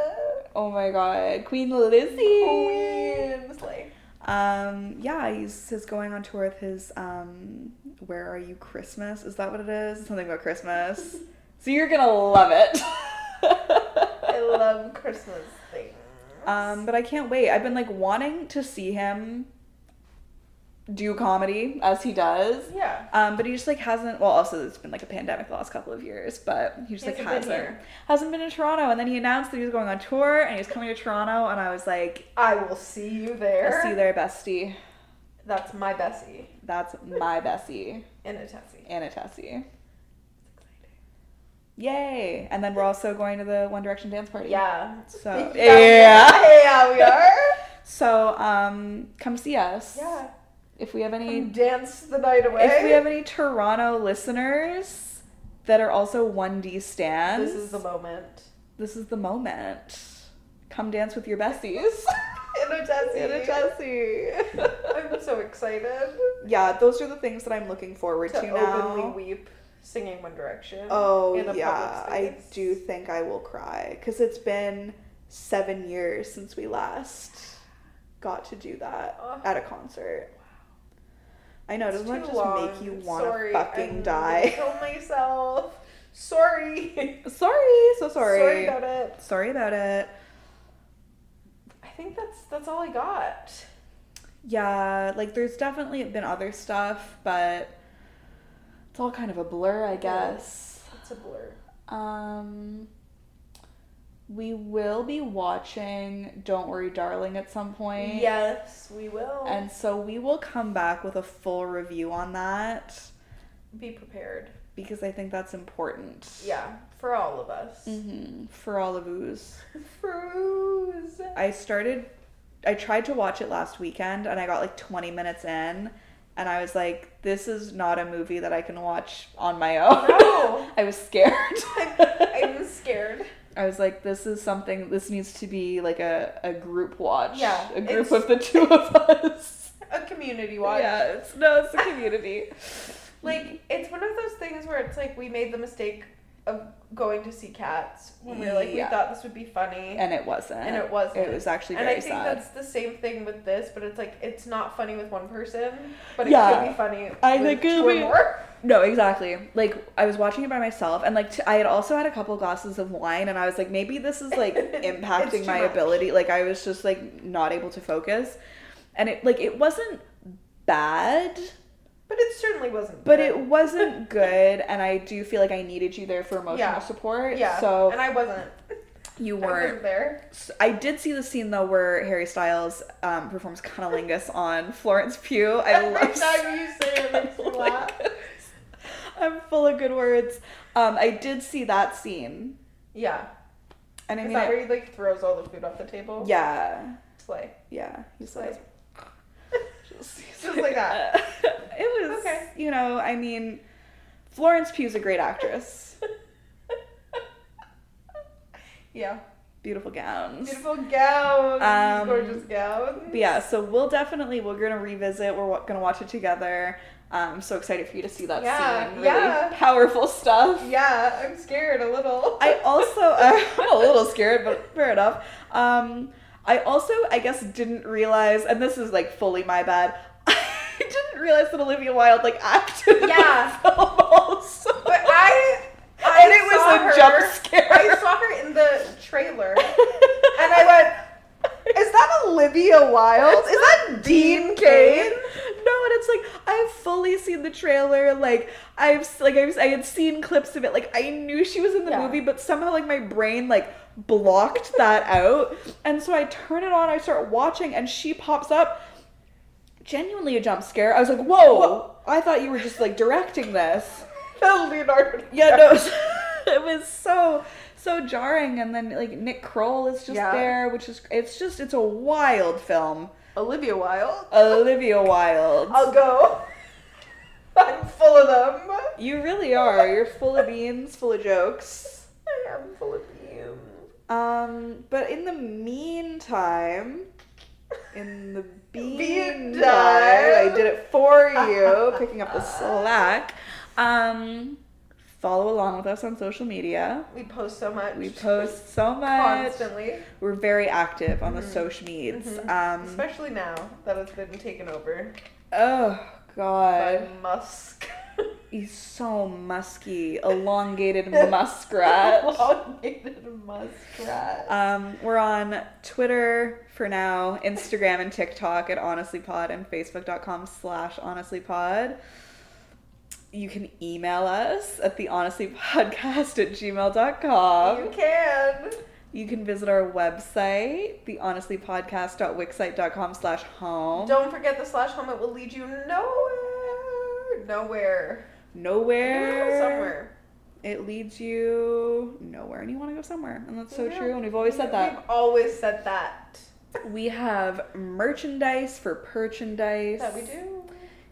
[SPEAKER 1] Oh my god, Queen Lizzie.
[SPEAKER 2] Oh, Queen Slay.
[SPEAKER 1] Um, yeah, he's, he's going on tour with his um, Where Are You Christmas? Is that what it is? Something about Christmas. so you're gonna love it.
[SPEAKER 2] I love Christmas things.
[SPEAKER 1] Um, but I can't wait. I've been like wanting to see him do comedy as he does.
[SPEAKER 2] yeah.
[SPEAKER 1] Um, but he just like hasn't. Well, also it's been like a pandemic the last couple of years, but he just
[SPEAKER 2] He
[SPEAKER 1] like
[SPEAKER 2] hasn't been
[SPEAKER 1] hasn't
[SPEAKER 2] here.
[SPEAKER 1] hasn't been in Toronto. And then he announced that he was going on tour and he was coming to Toronto, and I was like,
[SPEAKER 2] I will see you there.
[SPEAKER 1] I see you there, bestie.
[SPEAKER 2] That's my Bessie
[SPEAKER 1] That's my Bessie
[SPEAKER 2] and a Tessie.
[SPEAKER 1] and a Tessie. Yay! And then we're also going to the One Direction dance party.
[SPEAKER 2] Yeah.
[SPEAKER 1] So
[SPEAKER 2] yeah. Yeah, we are.
[SPEAKER 1] So um, come see us.
[SPEAKER 2] Yeah.
[SPEAKER 1] If we have any
[SPEAKER 2] Come dance the night away.
[SPEAKER 1] If we have any Toronto listeners that are also 1D stands,
[SPEAKER 2] this is the moment.
[SPEAKER 1] this is the moment. Come dance with your besties.
[SPEAKER 2] In a Tessie.
[SPEAKER 1] In a
[SPEAKER 2] I'm so excited
[SPEAKER 1] yeah, those are the things that I'm looking forward
[SPEAKER 2] to
[SPEAKER 1] to, now.
[SPEAKER 2] openly weep singing One Direction.
[SPEAKER 1] oh
[SPEAKER 2] in a
[SPEAKER 1] yeah,
[SPEAKER 2] public
[SPEAKER 1] I
[SPEAKER 2] space.
[SPEAKER 1] do think I will cry because it's been seven years since we last got to do that
[SPEAKER 2] Ugh.
[SPEAKER 1] at a concert. I know,
[SPEAKER 2] It's
[SPEAKER 1] doesn't that just
[SPEAKER 2] too
[SPEAKER 1] make
[SPEAKER 2] long.
[SPEAKER 1] you want to
[SPEAKER 2] Sorry,
[SPEAKER 1] fucking
[SPEAKER 2] I'm gonna
[SPEAKER 1] die?
[SPEAKER 2] Kill myself. Sorry.
[SPEAKER 1] Sorry, so
[SPEAKER 2] Sorry about it.
[SPEAKER 1] Sorry about it.
[SPEAKER 2] I think that's that's all I got.
[SPEAKER 1] Yeah, like there's definitely been other stuff, but it's all kind of a blur, I guess.
[SPEAKER 2] It's a blur.
[SPEAKER 1] Um we will be watching Don't Worry Darling at some point.
[SPEAKER 2] Yes, we will.
[SPEAKER 1] And so we will come back with a full review on that
[SPEAKER 2] be prepared.
[SPEAKER 1] because I think that's important.
[SPEAKER 2] Yeah, for all of us.
[SPEAKER 1] hmm For all of us.
[SPEAKER 2] Froze.
[SPEAKER 1] I started I tried to watch it last weekend and I got like 20 minutes in and I was like this is not a movie that I can watch on my own.
[SPEAKER 2] No.
[SPEAKER 1] I was scared.
[SPEAKER 2] I'm scared.
[SPEAKER 1] I was like this is something this needs to be like a, a group watch.
[SPEAKER 2] Yeah,
[SPEAKER 1] A group
[SPEAKER 2] it's-
[SPEAKER 1] of the two of us.
[SPEAKER 2] A community watch.
[SPEAKER 1] Yeah, it's no, it's a community.
[SPEAKER 2] Like it's one of those things where it's like we made the mistake of going to see cats when we were like
[SPEAKER 1] Yeah.
[SPEAKER 2] we thought this would be funny.
[SPEAKER 1] and it wasn't.
[SPEAKER 2] And it wasn't.
[SPEAKER 1] It was actually
[SPEAKER 2] and
[SPEAKER 1] very
[SPEAKER 2] I think
[SPEAKER 1] sad.
[SPEAKER 2] that's the same thing with this, but it's like it's not funny with one person, but it
[SPEAKER 1] Yeah.
[SPEAKER 2] could be funny.
[SPEAKER 1] I
[SPEAKER 2] with
[SPEAKER 1] think it'll
[SPEAKER 2] two or
[SPEAKER 1] be-
[SPEAKER 2] more.
[SPEAKER 1] No, exactly. Like I was watching it by myself, and like t- I had also had a couple glasses of wine, and I was like, maybe this is like
[SPEAKER 2] It's
[SPEAKER 1] impacting
[SPEAKER 2] too
[SPEAKER 1] my
[SPEAKER 2] much.
[SPEAKER 1] ability. Like I was just like not able to focus, and it like it wasn't bad,
[SPEAKER 2] but it certainly wasn't.
[SPEAKER 1] but
[SPEAKER 2] good.
[SPEAKER 1] it wasn't good, and I do feel like I needed you there for emotional
[SPEAKER 2] Yeah.
[SPEAKER 1] support.
[SPEAKER 2] yeah.
[SPEAKER 1] So
[SPEAKER 2] and I wasn't.
[SPEAKER 1] you
[SPEAKER 2] I
[SPEAKER 1] weren't.
[SPEAKER 2] wasn't there.
[SPEAKER 1] So I did see the scene though where Harry Styles um, performs Cunnilingus on Florence Pugh. I Oh
[SPEAKER 2] Every
[SPEAKER 1] love
[SPEAKER 2] time you say it makes me laugh.
[SPEAKER 1] I'm full of good words. Um, I did see that scene,
[SPEAKER 2] Yeah.
[SPEAKER 1] and I
[SPEAKER 2] Is
[SPEAKER 1] mean,
[SPEAKER 2] that
[SPEAKER 1] I-
[SPEAKER 2] where he like throws all the food off the table?
[SPEAKER 1] yeah,
[SPEAKER 2] It's like
[SPEAKER 1] yeah. He's
[SPEAKER 2] Like-
[SPEAKER 1] like, just,
[SPEAKER 2] just like that.
[SPEAKER 1] it was,
[SPEAKER 2] Okay.
[SPEAKER 1] you know, I mean, Florence Pugh's a great actress.
[SPEAKER 2] yeah.
[SPEAKER 1] Beautiful gowns.
[SPEAKER 2] Beautiful gowns.
[SPEAKER 1] Um,
[SPEAKER 2] gorgeous gowns.
[SPEAKER 1] But yeah, so we'll definitely we're gonna revisit. We're wa- gonna watch it together. Um, I'm so excited for you to see that
[SPEAKER 2] Yeah,
[SPEAKER 1] scene. Really
[SPEAKER 2] yeah.
[SPEAKER 1] powerful stuff.
[SPEAKER 2] Yeah, I'm scared a little.
[SPEAKER 1] I also uh, I'm a little scared, but fair enough. Um, I also I guess didn't realize, and this is like fully my bad. I didn't realize that Olivia Wilde like acted. in the
[SPEAKER 2] Yeah.
[SPEAKER 1] film also.
[SPEAKER 2] But I, I
[SPEAKER 1] and it was
[SPEAKER 2] saw
[SPEAKER 1] a
[SPEAKER 2] her,
[SPEAKER 1] jump scare.
[SPEAKER 2] I saw her in the trailer, and I went,
[SPEAKER 1] Is that Olivia Wilde?
[SPEAKER 2] That's
[SPEAKER 1] Is that Dean
[SPEAKER 2] Dean
[SPEAKER 1] Kane?
[SPEAKER 2] Cain.
[SPEAKER 1] No, and it's like I've fully seen the trailer. Like I've s- like I've, I had seen clips of it. Like I knew she was in the
[SPEAKER 2] Yeah.
[SPEAKER 1] movie, but somehow like my brain like blocked that out. And so I turn it on. I start watching, and she pops up. Genuinely a jump scare. I was like, whoa!
[SPEAKER 2] Whoa.
[SPEAKER 1] I thought you were just like directing this.
[SPEAKER 2] Leonardo.
[SPEAKER 1] Yeah, no, it was so so jarring. And then like Nick Kroll is just
[SPEAKER 2] Yeah.
[SPEAKER 1] there, which is it's just it's a wild film.
[SPEAKER 2] Olivia Wilde.
[SPEAKER 1] Olivia Wilde.
[SPEAKER 2] I'll go. I'm full of them.
[SPEAKER 1] you really are. You're full of beans, full of jokes.
[SPEAKER 2] I am full of you.
[SPEAKER 1] Um, but in the meantime, in the
[SPEAKER 2] Meantime.
[SPEAKER 1] meantime, I did it for you, picking up the slack. Um, follow along with us on social media.
[SPEAKER 2] We post so much.
[SPEAKER 1] We post so much.
[SPEAKER 2] constantly,
[SPEAKER 1] We're very active on the social meds. Um,
[SPEAKER 2] Mm-hmm. especially now that it's been taken over
[SPEAKER 1] oh
[SPEAKER 2] by
[SPEAKER 1] god,
[SPEAKER 2] Musk.
[SPEAKER 1] he's so musky, elongated muskrat.
[SPEAKER 2] Elongated muskrat.
[SPEAKER 1] Um, we're on Twitter for now, Instagram and TikTok at honestlypod and facebook.com slash honestlypod. You can email us at the honestlypodcast at gmail.com.
[SPEAKER 2] you can.
[SPEAKER 1] You can visit our website, the honestlypodcast.wixsite.com slash home.
[SPEAKER 2] Don't forget the slash home. It will lead you nowhere. Nowhere.
[SPEAKER 1] nowhere.
[SPEAKER 2] Somewhere.
[SPEAKER 1] It leads you nowhere, and you want to go somewhere, and that's so
[SPEAKER 2] Yeah.
[SPEAKER 1] true. And we've always said that.
[SPEAKER 2] We've always said that.
[SPEAKER 1] We have merchandise for merchandise.
[SPEAKER 2] That we do.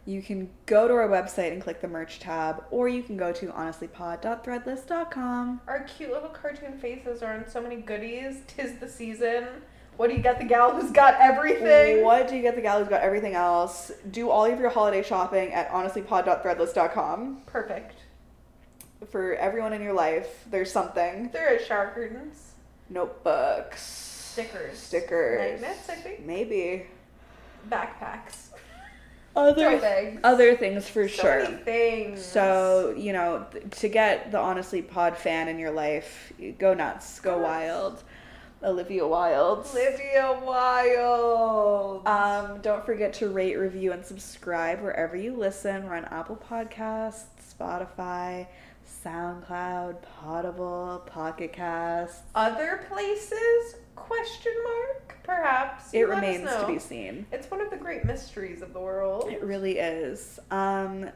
[SPEAKER 1] You can go to our website and click the merch tab, or you can go to honestlypod.threadless.com.
[SPEAKER 2] Our cute little cartoon faces are on so many goodies. Tis the season. What do you got? The gal who's got everything.
[SPEAKER 1] What do you get? The gal who's got everything else. Do all of your holiday shopping at honestlypod.threadless.com.
[SPEAKER 2] Perfect.
[SPEAKER 1] For everyone in your life, there's something.
[SPEAKER 2] There are shower curtains,
[SPEAKER 1] Notebooks.
[SPEAKER 2] stickers,
[SPEAKER 1] Stickers.
[SPEAKER 2] magnets, I think,
[SPEAKER 1] Maybe.
[SPEAKER 2] backpacks,
[SPEAKER 1] Other
[SPEAKER 2] throw bags.
[SPEAKER 1] other things for
[SPEAKER 2] so
[SPEAKER 1] sure.
[SPEAKER 2] Many things.
[SPEAKER 1] So, you know, th- to get the Honestly Pod fan in your life, you go nuts, go
[SPEAKER 2] Yes.
[SPEAKER 1] wild. Olivia Wilde.
[SPEAKER 2] Olivia Wilde.
[SPEAKER 1] Um, don't forget to rate, review, and subscribe wherever you listen. We're on Apple Podcasts, Spotify, SoundCloud, Podable, Pocket Casts.
[SPEAKER 2] other places? Question mark. Perhaps.
[SPEAKER 1] It
[SPEAKER 2] Let us
[SPEAKER 1] remains to
[SPEAKER 2] know.
[SPEAKER 1] be seen.
[SPEAKER 2] It's one of the great mysteries of the world.
[SPEAKER 1] It really is. Um,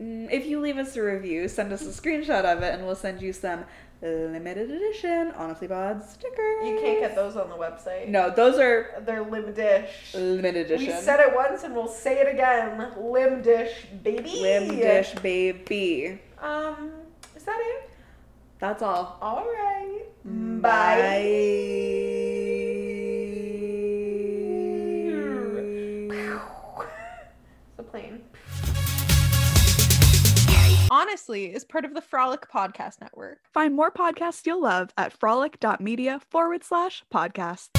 [SPEAKER 1] mm, if you leave us a review, send us a screenshot of it, and we'll send you some limited edition Honestly Bod stickers.
[SPEAKER 2] You can't get those on the website.
[SPEAKER 1] No, those are
[SPEAKER 2] They're limb-dish.
[SPEAKER 1] limited edition.
[SPEAKER 2] We said it once and we'll say it again. Limb dish, baby.
[SPEAKER 1] Lim dish baby.
[SPEAKER 2] Um, is that it?
[SPEAKER 1] That's all.
[SPEAKER 2] All right. the plane. Honestly, is part of the Frolic Podcast Network.
[SPEAKER 1] Find more podcasts you'll love at frolic.media forward slash podcast.